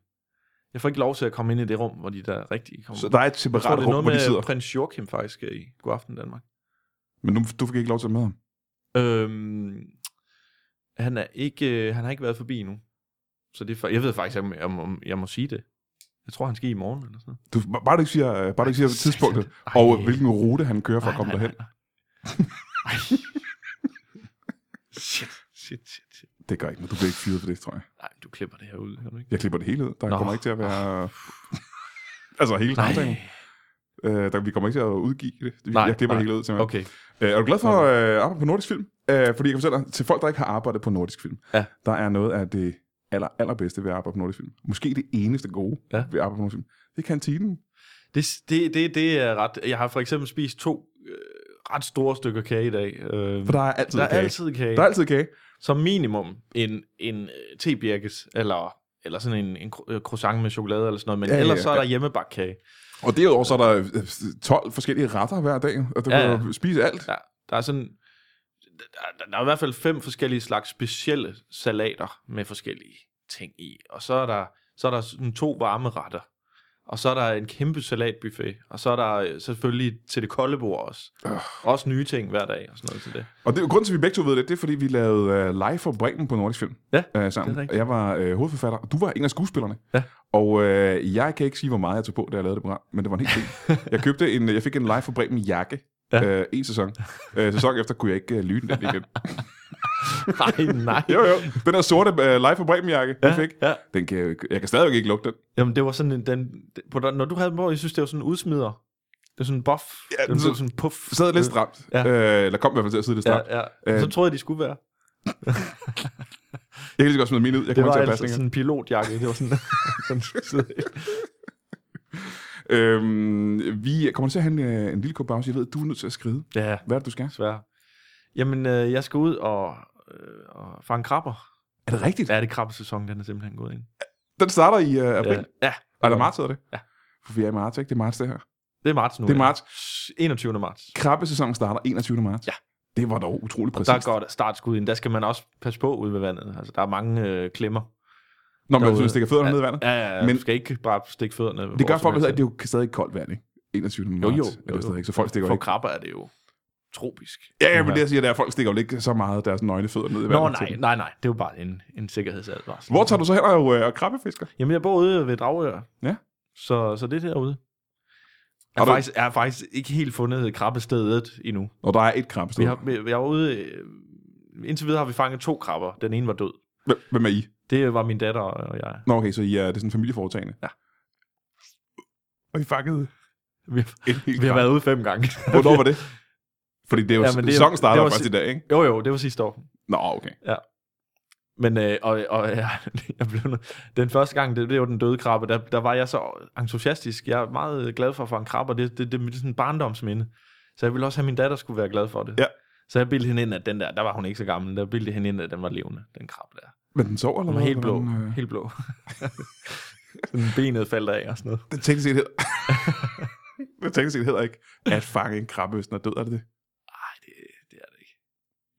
[SPEAKER 2] Jeg får ikke lov til at komme ind i det rum, hvor de der rigtige kommer.
[SPEAKER 1] Så der er et
[SPEAKER 2] jeg
[SPEAKER 1] separat
[SPEAKER 2] tror, det er
[SPEAKER 1] rum,
[SPEAKER 2] noget
[SPEAKER 1] hvor de
[SPEAKER 2] med
[SPEAKER 1] sidder.
[SPEAKER 2] prins Joachim faktisk i God Aften Danmark.
[SPEAKER 1] Men nu, du fik ikke lov til at møde ham.
[SPEAKER 2] Øhm, han, er ikke, øh, han har ikke været forbi endnu. Så det er, fa- jeg ved faktisk ikke, om, om, om jeg må sige det. Jeg tror, han skal i morgen eller sådan noget.
[SPEAKER 1] Du, bare du ikke siger, øh, bare du ikke siger
[SPEAKER 2] Ej,
[SPEAKER 1] tidspunktet,
[SPEAKER 2] satan.
[SPEAKER 1] og
[SPEAKER 2] Ej.
[SPEAKER 1] øh, hvilken rute han kører for at
[SPEAKER 2] Nej,
[SPEAKER 1] komme
[SPEAKER 2] nej,
[SPEAKER 1] derhen.
[SPEAKER 2] nej, nej. Ej. shit, shit, shit, shit.
[SPEAKER 1] Det gør ikke noget. Du bliver ikke fyret for det, tror jeg.
[SPEAKER 2] Nej, du klipper det her ud, kan du ikke?
[SPEAKER 1] Jeg klipper det hele ud. Der
[SPEAKER 2] Nå.
[SPEAKER 1] Nå. kommer ikke til at være... altså hele samtalen. Øh, der, vi kommer ikke til at udgive det. Vi-
[SPEAKER 2] Nej,
[SPEAKER 1] jeg klipper
[SPEAKER 2] nej.
[SPEAKER 1] det hele ud, simpelthen.
[SPEAKER 2] Okay.
[SPEAKER 1] Øh, er du glad for at øh, arbejde på nordisk film? Øh, fordi jeg kan fortælle dig, til folk, der ikke har arbejdet på nordisk film,
[SPEAKER 2] Ja.
[SPEAKER 1] der er noget af det aller, allerbedste ved at arbejde på nordisk film. Måske det eneste gode
[SPEAKER 2] Ja. Mm.
[SPEAKER 1] ja. ved at arbejde på nordisk film. Det er kantinen.
[SPEAKER 2] Det, det, det, det er ret... Jeg har for eksempel spist to øh, ret store stykker kage i dag. Øh,
[SPEAKER 1] For der er altid
[SPEAKER 2] der er
[SPEAKER 1] kage.
[SPEAKER 2] altid kage.
[SPEAKER 1] Der er altid kage.
[SPEAKER 2] som minimum en, en øh, tebirkes, eller, eller sådan en, en cro- øh, croissant med chokolade, eller sådan noget, men
[SPEAKER 1] Ja,
[SPEAKER 2] ja,
[SPEAKER 1] ja,
[SPEAKER 2] ellers så er
[SPEAKER 1] ja.
[SPEAKER 2] der hjemmebagt kage.
[SPEAKER 1] Og derudover så er der øh, 12 forskellige retter hver dag, og du
[SPEAKER 2] Ja,
[SPEAKER 1] ja,
[SPEAKER 2] ja.
[SPEAKER 1] kan jo spise alt.
[SPEAKER 2] Der, der er sådan... Der, der er i hvert fald fem forskellige slags specielle salater med forskellige ting i. Og så er der, så er der sådan to varme retter. Og så er der en kæmpe salatbuffet. Og så er der øh, selvfølgelig til det kolde bord også.
[SPEAKER 1] Øh.
[SPEAKER 2] Også nye ting hver dag og sådan noget til det.
[SPEAKER 1] Og det, grunden til, at vi begge to ved det, det er, fordi vi lavede uh, live for Bremen på Nordisk Film
[SPEAKER 2] Ja,
[SPEAKER 1] uh,
[SPEAKER 2] det er
[SPEAKER 1] sammen.
[SPEAKER 2] rigtigt.
[SPEAKER 1] Og jeg var uh, hovedforfatter, og du var en af skuespillerne.
[SPEAKER 2] Ja.
[SPEAKER 1] Og uh, jeg kan ikke sige, hvor meget jeg tog på, da jeg lavede det program, men det var en helt ting. jeg købte en, jeg fik en live for Bremen jakke.
[SPEAKER 2] Ja.
[SPEAKER 1] Ja. Uh, en sæson. Uh, sæson efter kunne jeg ikke uh, lyde den igen.
[SPEAKER 2] Nej, nej.
[SPEAKER 1] Jo, jo. Den der sorte uh, live for Bremen jakke, ja. jeg fik,
[SPEAKER 2] Ja.
[SPEAKER 1] den kan jeg, jo ikke- jeg kan stadigvæk ikke lugte den.
[SPEAKER 2] Jamen, det var sådan en... Den, på den, når du havde den på, jeg synes, det var sådan en udsmider. Det er sådan en buff.
[SPEAKER 1] Ja,
[SPEAKER 2] den
[SPEAKER 1] så-
[SPEAKER 2] blev sådan en puff.
[SPEAKER 1] Sad lidt stramt.
[SPEAKER 2] Ja.
[SPEAKER 1] Ja. Øh, eller kom i hvert fald til at sidde lidt stramt. Ja.
[SPEAKER 2] Ja, ja.
[SPEAKER 1] Øh,
[SPEAKER 2] Så troede jeg, de skulle være.
[SPEAKER 1] Jeg kan lige så godt smide min ud. Jeg
[SPEAKER 2] Det
[SPEAKER 1] kommer
[SPEAKER 2] var
[SPEAKER 1] til at
[SPEAKER 2] altså
[SPEAKER 1] pasninger.
[SPEAKER 2] sådan en pilotjakke. Det var sådan, den skulle sidde i.
[SPEAKER 1] Øhm, vi kommer til at have en, øh, en lille kort pause. Jeg ved, du er nødt til at skride.
[SPEAKER 2] Ja,
[SPEAKER 1] Hvad er det, du skal?
[SPEAKER 2] desværre. Jamen, øh, jeg skal ud og, øh, og fange krabber.
[SPEAKER 1] Er det rigtigt?
[SPEAKER 2] Ja, det er krabbesæson, den er simpelthen gået ind.
[SPEAKER 1] Den starter i øh, april.
[SPEAKER 2] Ja, ja,
[SPEAKER 1] Ja. Eller marts hedder det.
[SPEAKER 2] Ja.
[SPEAKER 1] For vi er i marts, ikke? Det er marts, det her.
[SPEAKER 2] det er marts nu.
[SPEAKER 1] Det er
[SPEAKER 2] ja.
[SPEAKER 1] marts.
[SPEAKER 2] 21. marts.
[SPEAKER 1] Krabbesæsonen starter 21. marts.
[SPEAKER 2] Ja.
[SPEAKER 1] Det var dog utroligt
[SPEAKER 2] Og
[SPEAKER 1] præcist.
[SPEAKER 2] der går der startskud ind. Der skal man også passe på ude ved vandet. Altså, der er mange øh, klemmer.
[SPEAKER 1] Når man
[SPEAKER 2] derude.
[SPEAKER 1] synes, det kan fødderne ned i vandet.
[SPEAKER 2] Ja, ja, ja. Men,
[SPEAKER 1] Men-
[SPEAKER 2] du skal ikke bare stikke fødderne.
[SPEAKER 1] Det gør folk, at det er jo stadig koldt vand, ikke? 21. marts.
[SPEAKER 2] jo, jo,
[SPEAKER 1] Er
[SPEAKER 2] jo, jo.
[SPEAKER 1] det stadig, ikke? så folk stikker
[SPEAKER 2] For
[SPEAKER 1] jo ikke.
[SPEAKER 2] krabber er det jo tropisk.
[SPEAKER 1] Ja, ja, men det jeg siger, der folk stikker jo ikke så meget deres nøgne fødder ned i vandet.
[SPEAKER 2] Nå, nej, nej, nej. Det er jo bare en, en sikkerhedsadvarsel.
[SPEAKER 1] Hvor tager du så hen og, øh, og krabbefisker?
[SPEAKER 2] Jamen, jeg bor ude ved Dragør.
[SPEAKER 1] Ja.
[SPEAKER 2] Så, så det er derude.
[SPEAKER 1] Og
[SPEAKER 2] Jeg har,
[SPEAKER 1] du-
[SPEAKER 2] faktisk, jeg har faktisk ikke helt fundet krabbestedet endnu.
[SPEAKER 1] Og der er et krabbested.
[SPEAKER 2] Vi har, vi, jeg var ude... øh, Indtil videre har vi fanget to krabber. Den ene var død.
[SPEAKER 1] Hvem- Hvem er I?
[SPEAKER 2] Det var min datter og jeg.
[SPEAKER 1] Nå, okay, så I er, det er sådan en familieforetagende.
[SPEAKER 2] Ja.
[SPEAKER 1] Og I fangede
[SPEAKER 2] Vi har,
[SPEAKER 1] en hel
[SPEAKER 2] vi har
[SPEAKER 1] krabbe.
[SPEAKER 2] været ude fem gange.
[SPEAKER 1] Hvornår var det? Fordi det er jo,
[SPEAKER 2] Ja,
[SPEAKER 1] ja,
[SPEAKER 2] men det er-
[SPEAKER 1] sæsonen starter
[SPEAKER 2] det var
[SPEAKER 1] først i dag, ikke?
[SPEAKER 2] Jo, jo, det var sidste år.
[SPEAKER 1] Nå, okay.
[SPEAKER 2] Men øh, og, og jeg, jeg blev, nød- den første gang, det, det var den døde krabbe, der, der var jeg så entusiastisk. Jeg er meget glad for at fange krabber. Det, det, det, det er sådan en barndomsminde. Så jeg ville også have, at min datter skulle være glad for det.
[SPEAKER 1] Ja.
[SPEAKER 2] Så jeg bildte hende ind, at den der, der var hun ikke så gammel, der bildte hende ind, at den var levende, den krabbe der.
[SPEAKER 1] Men den sover, eller
[SPEAKER 2] Den var
[SPEAKER 1] hvad?
[SPEAKER 2] helt blå,
[SPEAKER 1] Hvordan, øh,
[SPEAKER 2] helt blå. sådan benet faldt af og sådan noget.
[SPEAKER 1] Det teknisk set hedder... det teknisk set hedder ikke at fange en krabbe, hvis den er død, er det det?
[SPEAKER 2] Nej, det, det er det ikke.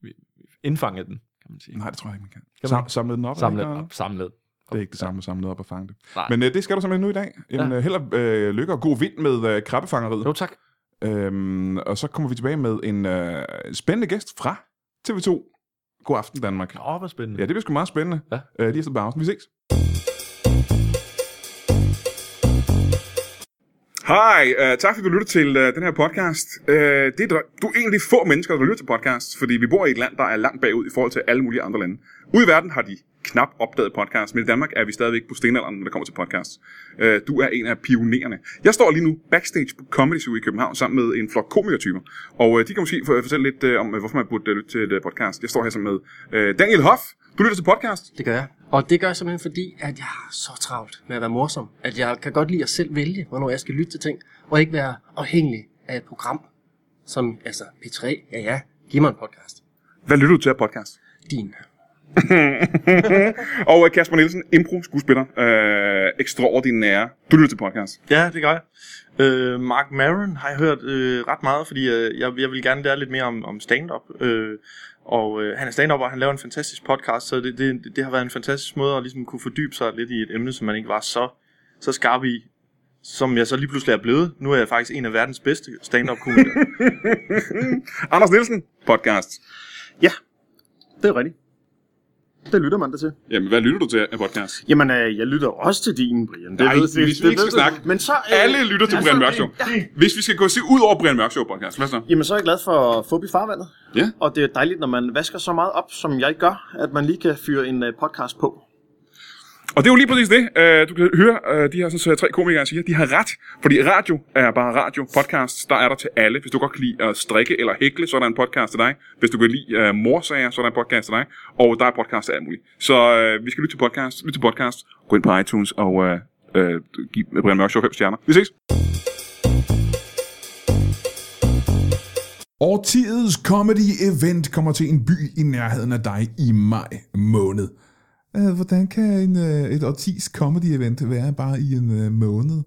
[SPEAKER 2] Vi, vi indfangede den, kan man sige.
[SPEAKER 1] Nej, det tror jeg ikke, man kan.
[SPEAKER 2] Kan man
[SPEAKER 1] Sam, samle den op? er det
[SPEAKER 2] Samlet
[SPEAKER 1] ikke noget?
[SPEAKER 2] op, samlet.
[SPEAKER 1] Det er ikke det samme at samle op og fange det.
[SPEAKER 2] Nej.
[SPEAKER 1] Men øh, det skal du simpelthen nu i dag. Jamen,
[SPEAKER 2] Ja.
[SPEAKER 1] ja. Held og øh, lykke og god vind med øh, krabbefangeriet.
[SPEAKER 2] Jo, tak.
[SPEAKER 1] Øhm, og så kommer vi tilbage med en øh, spændende gæst fra TV2. God aften, Danmark.
[SPEAKER 2] Åh, hvor spændende.
[SPEAKER 1] Ja, det bliver sgu meget spændende.
[SPEAKER 2] Ja.
[SPEAKER 1] Øh, lige efter pausen. Vi ses. Hej, uh, tak fordi du lytter til uh, den her podcast. Uh, det er der, du er egentlig få mennesker, der lytter til podcast, fordi vi bor i et land, der er langt bagud i forhold til alle mulige andre lande. Ude i verden har de knap opdaget podcast, men i Danmark er vi stadigvæk på stenalderen, når det kommer til podcast. Uh, du er en af pionererne. Jeg står lige nu backstage på Comedy Zoo i København sammen med en flok komikertyper, og uh, de kan måske for- fortælle lidt uh, om, øh, hvorfor man burde øh, lytte til et øh, podcast. Jeg står her sammen med uh, Daniel Hoff. Du lytter til podcast.
[SPEAKER 3] Det gør jeg. Og det gør jeg simpelthen fordi, at jeg har så travlt med at være morsom, at jeg kan godt lide at selv vælge, hvornår jeg skal lytte til ting, og ikke være afhængig af et program, som altså P3, ja ja, giv mig en podcast.
[SPEAKER 1] Hvad lytter du til af podcast?
[SPEAKER 3] Din.
[SPEAKER 1] Og øh, Kasper Nielsen, impro-skuespiller, øh, ekstraordinære. Du lytter til podcast.
[SPEAKER 4] Ja, det gør jeg. Øh, Mark Maron har jeg hørt øh, ret meget, fordi øh, jeg, jeg vil gerne lære lidt mere om, om stand-up. Øh, og øh, han er stand-up, og han laver en fantastisk podcast, så det, det, det har været en fantastisk måde at ligesom kunne fordybe sig lidt i et emne, som man ikke var så, så skarp i, som jeg så lige pludselig er blevet. Nu er jeg faktisk en af verdens bedste stand-up-komikere.
[SPEAKER 1] Anders Nielsen, podcast.
[SPEAKER 5] Det er rigtigt. Det lytter man da til.
[SPEAKER 1] Jamen, hvad lytter du til af podcast?
[SPEAKER 5] Jamen, øh, jeg lytter også til din, Brian. Det
[SPEAKER 1] Nej,
[SPEAKER 5] ved,
[SPEAKER 1] hvis vi ikke
[SPEAKER 5] ved
[SPEAKER 1] skal
[SPEAKER 5] du.
[SPEAKER 1] snakke.
[SPEAKER 5] Men så, øh,
[SPEAKER 1] Alle lytter til Brian Mørk Show. Hvis vi skal gå og se ud over Brian Mørk Show podcast, hvad så?
[SPEAKER 5] Jamen, så er jeg glad for Fubi Farvandet.
[SPEAKER 1] Ja.
[SPEAKER 5] Og det er dejligt, når man vasker så meget op, som jeg gør, at man lige kan fyre en øh, podcast på.
[SPEAKER 1] Og det er jo lige præcis det, øh, du kan høre øh, de her sådan, så tre komikere siger. De har ret, fordi radio er bare radio. Podcast, der er der til alle. Hvis du godt kan lide at strikke eller hækle, så er der en podcast til dig. Hvis du kan lide øh, morsager, så er der en podcast til dig. Og der er podcast til alt muligt. Så øh, vi skal lytte til podcast. Lyt til podcast. Gå ind på iTunes og øh, øh, giv Brian Mørk Show 5 stjerner. Vi ses!
[SPEAKER 6] Årtidets comedy event kommer til en by i nærheden af dig i maj måned. Øh, Hvordan kan en, øh, et årtis comedy event være bare i en øh, måned?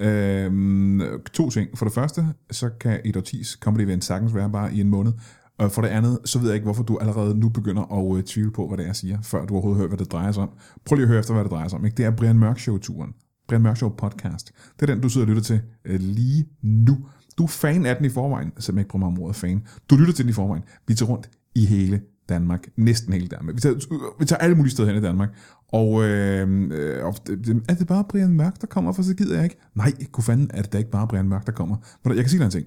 [SPEAKER 6] Øhm, to ting. For det første, så kan et årtis comedy event sagtens være bare i en måned. Og for det andet, så ved jeg ikke, hvorfor du allerede nu begynder at øh, tvivle på, hvad det er, jeg siger, før du overhovedet hører, hvad det drejer sig om. Prøv lige at høre efter, hvad det drejer sig om. Ikke? Det er Brian Mørk Show-turen. Brian Mørk Show podcast. Det er den, du sidder og lytter til øh, lige nu. Du er fan af den i forvejen, Altså, selvom jeg ikke bruger mig om ordet fan. Du lytter til den i forvejen. Vi tager rundt i hele Danmark. Næsten hele Danmark. Vi tager, vi tager alle mulige steder hen i Danmark. Og, øh, øh, og det- det- er det bare Brian Mørk, der kommer, for så gider jeg ikke. Nej, kunne fanden er det da ikke bare Brian Mørk, der kommer. Ved du, Jeg kan sige dig en ting.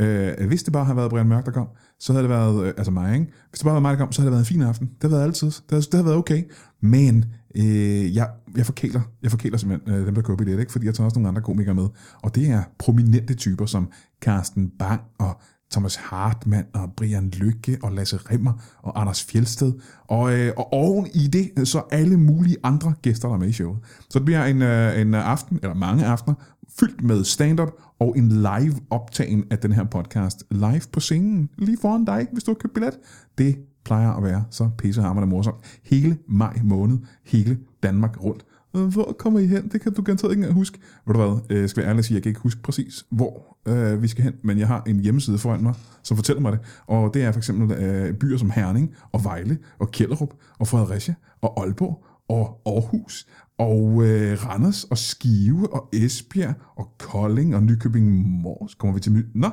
[SPEAKER 7] Øh, hvis det bare havde været Brian Mørk, der kom, så havde det været, øh, altså mig, ikke? Hvis det bare havde været mig, der kom, så havde det været en fin aften. Det havde været altid. Det havde, det havde været okay. Men øh, jeg, jeg forkæler, jeg forkæler simpelthen øh, dem, der køber billet, ikke? Fordi jeg tager også nogle andre komikere med. Og det er prominente typer som Carsten Bang og Thomas Hartmann og Brian Lykke og Lasse Rimmer og Anders Fjelsted. Og, øh, og oven i det, øh, så alle mulige andre gæster, der er med i showet. Så det bliver en, øh, en aften, eller mange aftener, fyldt med stand-up og en live optagen af den her podcast. Live på scenen, lige foran dig, hvis du har købt billet. Det plejer at være så pissehammerende morsomt. Hele maj måned, hele Danmark rundt. Øh, Hvor kommer I hen? Det kan du garanteret ikke engang huske. Ved du hvad, øh, skal være ærlig og sige, jeg kan ikke huske præcis, hvor øh, vi skal hen, men jeg har en hjemmeside foran mig, som fortæller mig det. Og det er for eksempel øh, byer som Herning, og Vejle, og Kjellerup, og Fredericia, og Aalborg, og Aarhus, og øh, Randers, og Skive, og Esbjerg, og Kolding, og Nykøbing Mors. Kommer vi til... My- Nå, det var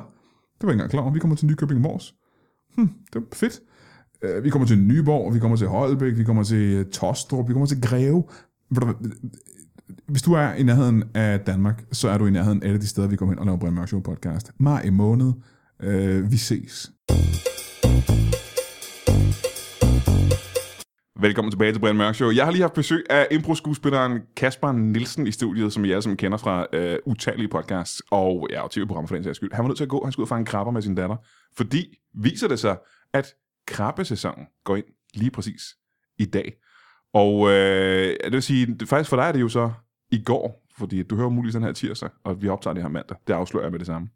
[SPEAKER 7] jeg ikke engang klar over. Vi kommer til Nykøbing Mors. Hmm, det er fedt. Øh, Vi kommer til Nyborg, vi kommer til Holbæk, vi kommer til øh, Tostrup, vi kommer til Greve. Ved du hvad, Hvis du er i nærheden af Danmark, så er du i nærheden af alle de steder, vi kommer hen og laver Brian Mørk Show podcast. Maj i måned. Øh, vi ses.
[SPEAKER 6] Velkommen tilbage til Brian Mørk Show. Jeg har lige haft besøg af impro-skuespilleren Kasper Nielsen i studiet, som jeg alle sammen kender fra øh, utallige podcasts og, ja, og tv-programmer for den sags skyld. Han var nødt til at gå, han skulle ud og fange krabber med sin datter, fordi viser det sig, at krabbesæsonen går ind lige præcis i dag. Og øh, det vil sige, det- faktisk for dig er det jo så i går, fordi du hører muligvis den her tirsdag, og vi optager det her mandag. Det afslører jeg med det samme.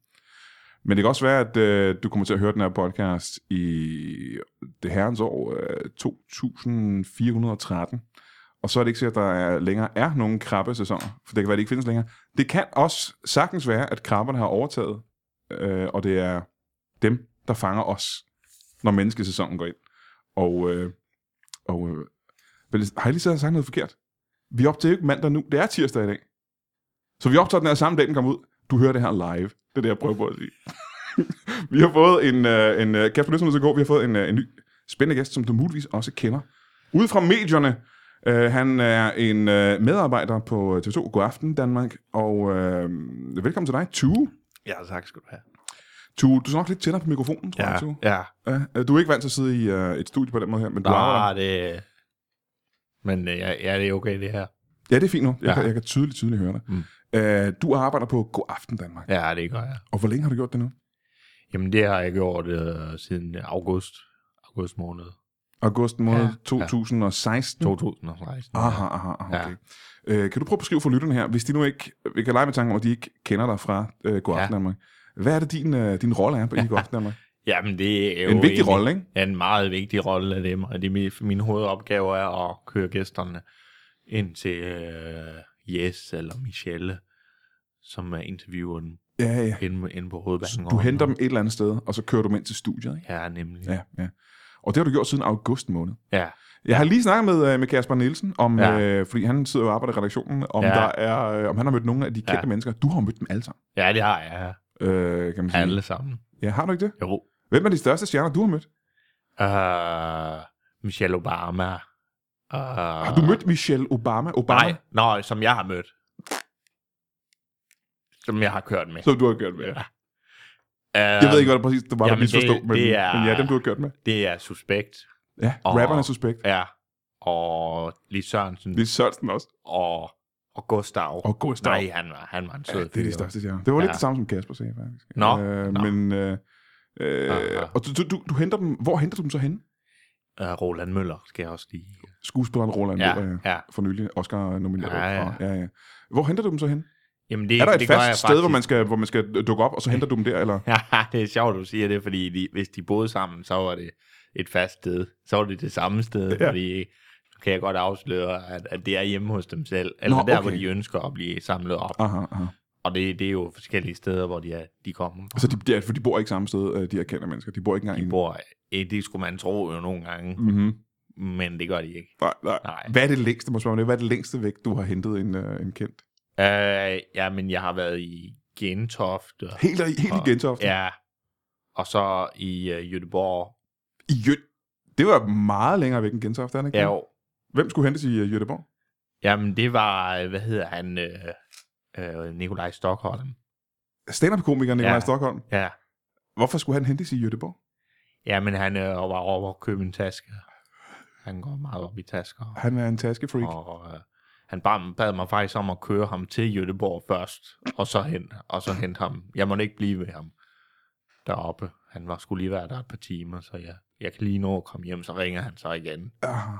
[SPEAKER 6] Men det kan også være, at øh, du kommer til at høre den her podcast i det herrens år øh, 2413. Og så er det ikke sikkert, at der er, længere er nogen krabbesæsoner, for det kan være, at det ikke findes længere. Det kan også sagtens være, at krabberne har overtaget, øh, og det er dem, der fanger os, når menneskesæsonen går ind. Og, øh, og øh, vel, har jeg lige siddet og sagt noget forkert? Vi optager jo ikke mandag nu, det er tirsdag i dag. Så vi optager den her samme dag, den kommer ud. Du hører det her live. Det er det, jeg prøver på at sige. Vi har fået en, øh, en øh, Kasper Nielsen, så går, vi har fået en, øh, en ny spændende gæst, som du muligvis også kender. Ude fra medierne. Øh, han er en øh, medarbejder på TV2 God Aften Danmark, og øh, velkommen til dig, Tue.
[SPEAKER 8] Ja, tak skal du have.
[SPEAKER 6] Tue, du skal nok lidt tættere på mikrofonen, tror jeg, Tue.
[SPEAKER 8] ja.
[SPEAKER 6] Ja, øh, du er ikke vant til at sidde i øh, et studie på den måde her, men du
[SPEAKER 8] Nej,
[SPEAKER 6] arbejder.
[SPEAKER 8] det... Men øh, ja, ja, det er okay, det her.
[SPEAKER 6] Ja, det er fint nu. Jeg,
[SPEAKER 8] Ja.
[SPEAKER 6] ja. kan, jeg kan tydeligt, tydeligt høre dig. Mm. Øh, du arbejder på God Aften Danmark, ja.
[SPEAKER 8] Ja, det gør jeg.
[SPEAKER 6] og hvor længe har du gjort det nu?
[SPEAKER 8] Jamen, det har jeg gjort øh, siden august. August måned.
[SPEAKER 6] August måned
[SPEAKER 8] Ja.
[SPEAKER 6] ja.
[SPEAKER 8] Ja.
[SPEAKER 6] 2016?
[SPEAKER 8] 2016.
[SPEAKER 6] Aha, aha, aha,
[SPEAKER 8] Ja.
[SPEAKER 6] okay. Ja. Øh, kan du prøve at beskrive for lytterne her, hvis de nu ikke, vi kan lege med tanken om, at de ikke kender dig fra øh, God Aften
[SPEAKER 8] Ja.
[SPEAKER 6] Danmark. Hvad er det, din, øh, din rolle er på i God Aften Danmark?
[SPEAKER 8] Jamen, det er jo
[SPEAKER 6] en vigtig
[SPEAKER 8] egentlig-
[SPEAKER 6] rolle, ikke?
[SPEAKER 8] er en meget vigtig rolle af dem, og det er min, min hovedopgave er at køre gæsterne ind til øh, Jes eller Michelle, som er intervieweren
[SPEAKER 6] Ja, ja.
[SPEAKER 8] inde, inde på
[SPEAKER 6] Så
[SPEAKER 8] hovedbanen.
[SPEAKER 6] Du henter dem et eller andet sted, og så kører du dem ind til studiet, ikke?
[SPEAKER 8] Ja, nemlig.
[SPEAKER 6] Ja, ja. Og det har du gjort siden august måned.
[SPEAKER 8] ja.
[SPEAKER 6] Jeg har lige snakket med, øh, med Kasper Nielsen, om,
[SPEAKER 8] Ja.
[SPEAKER 6] ja. øh, fordi han sidder jo og arbejder i redaktionen, om,
[SPEAKER 8] Ja.
[SPEAKER 6] ja. der er, øh, om han har mødt nogle af de kendte ja.
[SPEAKER 8] Ja.
[SPEAKER 6] mennesker. Du har jo mødt dem alle sammen,
[SPEAKER 8] ja det har jeg.
[SPEAKER 6] øh, kan man sige.
[SPEAKER 8] Alle sammen.
[SPEAKER 6] Ja, har du ikke det?
[SPEAKER 8] Jo.
[SPEAKER 6] Hvem er de største stjerner, du har mødt?
[SPEAKER 8] Uh, Michelle Obama. Uh,
[SPEAKER 6] Har du mødt Michelle Obama? Obama?
[SPEAKER 8] Nej, nej, som jeg har mødt. Som jeg har kørt med.
[SPEAKER 6] Som du har gjort med. Ja.
[SPEAKER 8] Uh,
[SPEAKER 6] Jeg ved ikke, hvad det præcis det var, der
[SPEAKER 8] Jamen,
[SPEAKER 6] misforstod,
[SPEAKER 8] det-
[SPEAKER 6] men,
[SPEAKER 8] det er-
[SPEAKER 6] men ja, dem du har gjort med.
[SPEAKER 8] Det er suspekt.
[SPEAKER 6] Ja,
[SPEAKER 8] Og-
[SPEAKER 6] rapperen er suspekt.
[SPEAKER 8] Ja. Og Lis Sørensen.
[SPEAKER 6] Det er Sørensen også.
[SPEAKER 8] og, og Gustav.
[SPEAKER 6] Og Gustav.
[SPEAKER 8] Nej, han var, han var en sød
[SPEAKER 6] Ja, det er
[SPEAKER 8] fyr.
[SPEAKER 6] det største, jeg Det var lidt
[SPEAKER 8] Ja.
[SPEAKER 6] det samme, som Kasper sagde, faktisk.
[SPEAKER 8] Nå,
[SPEAKER 6] øh,
[SPEAKER 8] nå. Ah,
[SPEAKER 6] Men, øh,
[SPEAKER 8] Ja, ja.
[SPEAKER 6] øh, og du, du- du, du henter dem, hvor henter du dem så hen?
[SPEAKER 8] Uh, Roland Møller skal jeg også lige...
[SPEAKER 6] Skuespilleren Roland
[SPEAKER 8] Ja,
[SPEAKER 6] Møller,
[SPEAKER 8] ja.
[SPEAKER 6] for nylig Oscar-nomineret.
[SPEAKER 8] Ja, ja.
[SPEAKER 6] fra- ja, ja. Hvor henter du dem så hen?
[SPEAKER 8] Jamen, det,
[SPEAKER 6] Er der et
[SPEAKER 8] det gør jeg
[SPEAKER 6] fast sted, hvor
[SPEAKER 8] faktisk-
[SPEAKER 6] man, skal, hvor man skal dukke op, og så henter du dem der? Eller?
[SPEAKER 8] Ja, det er sjovt, du siger det, fordi de, hvis de boede sammen, så var det et fast sted. Så var det det samme sted,
[SPEAKER 6] Ja.
[SPEAKER 8] ja. fordi nu kan jeg godt afsløre, at, at det er hjemme hos dem selv, eller
[SPEAKER 6] Nå,
[SPEAKER 8] Nå, der,
[SPEAKER 6] okay.
[SPEAKER 8] hvor de ønsker at blive samlet op.
[SPEAKER 6] Aha, aha.
[SPEAKER 8] Og det, det er jo forskellige steder, hvor de, er, de kommer fra.
[SPEAKER 6] Så de, de, er- for de bor ikke samme sted, øh, de her kendte mennesker. De bor ikke engang i
[SPEAKER 8] De
[SPEAKER 6] en-
[SPEAKER 8] bor, eh, det skulle man tro jo nogle gange,
[SPEAKER 6] Mhm.
[SPEAKER 8] men det gør de ikke.
[SPEAKER 6] Nej, nej.
[SPEAKER 8] Nej.
[SPEAKER 6] Hvad er det længste, må jeg spørge om det? Hvad er det længste væk, du har hentet en, øh, en kendt?
[SPEAKER 8] Øh, ja, men jeg har været i Gentofte.
[SPEAKER 6] Helt, helt i
[SPEAKER 8] Og-
[SPEAKER 6] Gentofte?
[SPEAKER 8] Ja, og så i uh, Jødeborg.
[SPEAKER 6] I Jøn. Det var meget længere væk end Gentofte, er det ikke?
[SPEAKER 8] Ja,
[SPEAKER 6] det?
[SPEAKER 8] jo.
[SPEAKER 6] Hvem skulle hentes i uh, Jødeborg?
[SPEAKER 8] Jamen, det var, øh, hvad hedder han, øh, øh, Nikolaj Stockholm.
[SPEAKER 6] Stand-up-komikeren Nikolaj
[SPEAKER 8] Ja.
[SPEAKER 6] Stockholm.
[SPEAKER 8] Ja,
[SPEAKER 6] Hvorfor skulle han hentes i Göteborg?
[SPEAKER 8] Jamen, han øh, var over at købe en taske. Han går meget op i tasker.
[SPEAKER 6] Han er en taskefreak. Oh.
[SPEAKER 8] Og øh, han bad, bad mig faktisk om at køre ham til Göteborg først, og så hen, og så hente ham. Jeg måtte ikke blive ved ham deroppe. Han var skulle lige være der et par timer, så jeg, jeg kan lige nå at komme hjem, så ringer han så igen,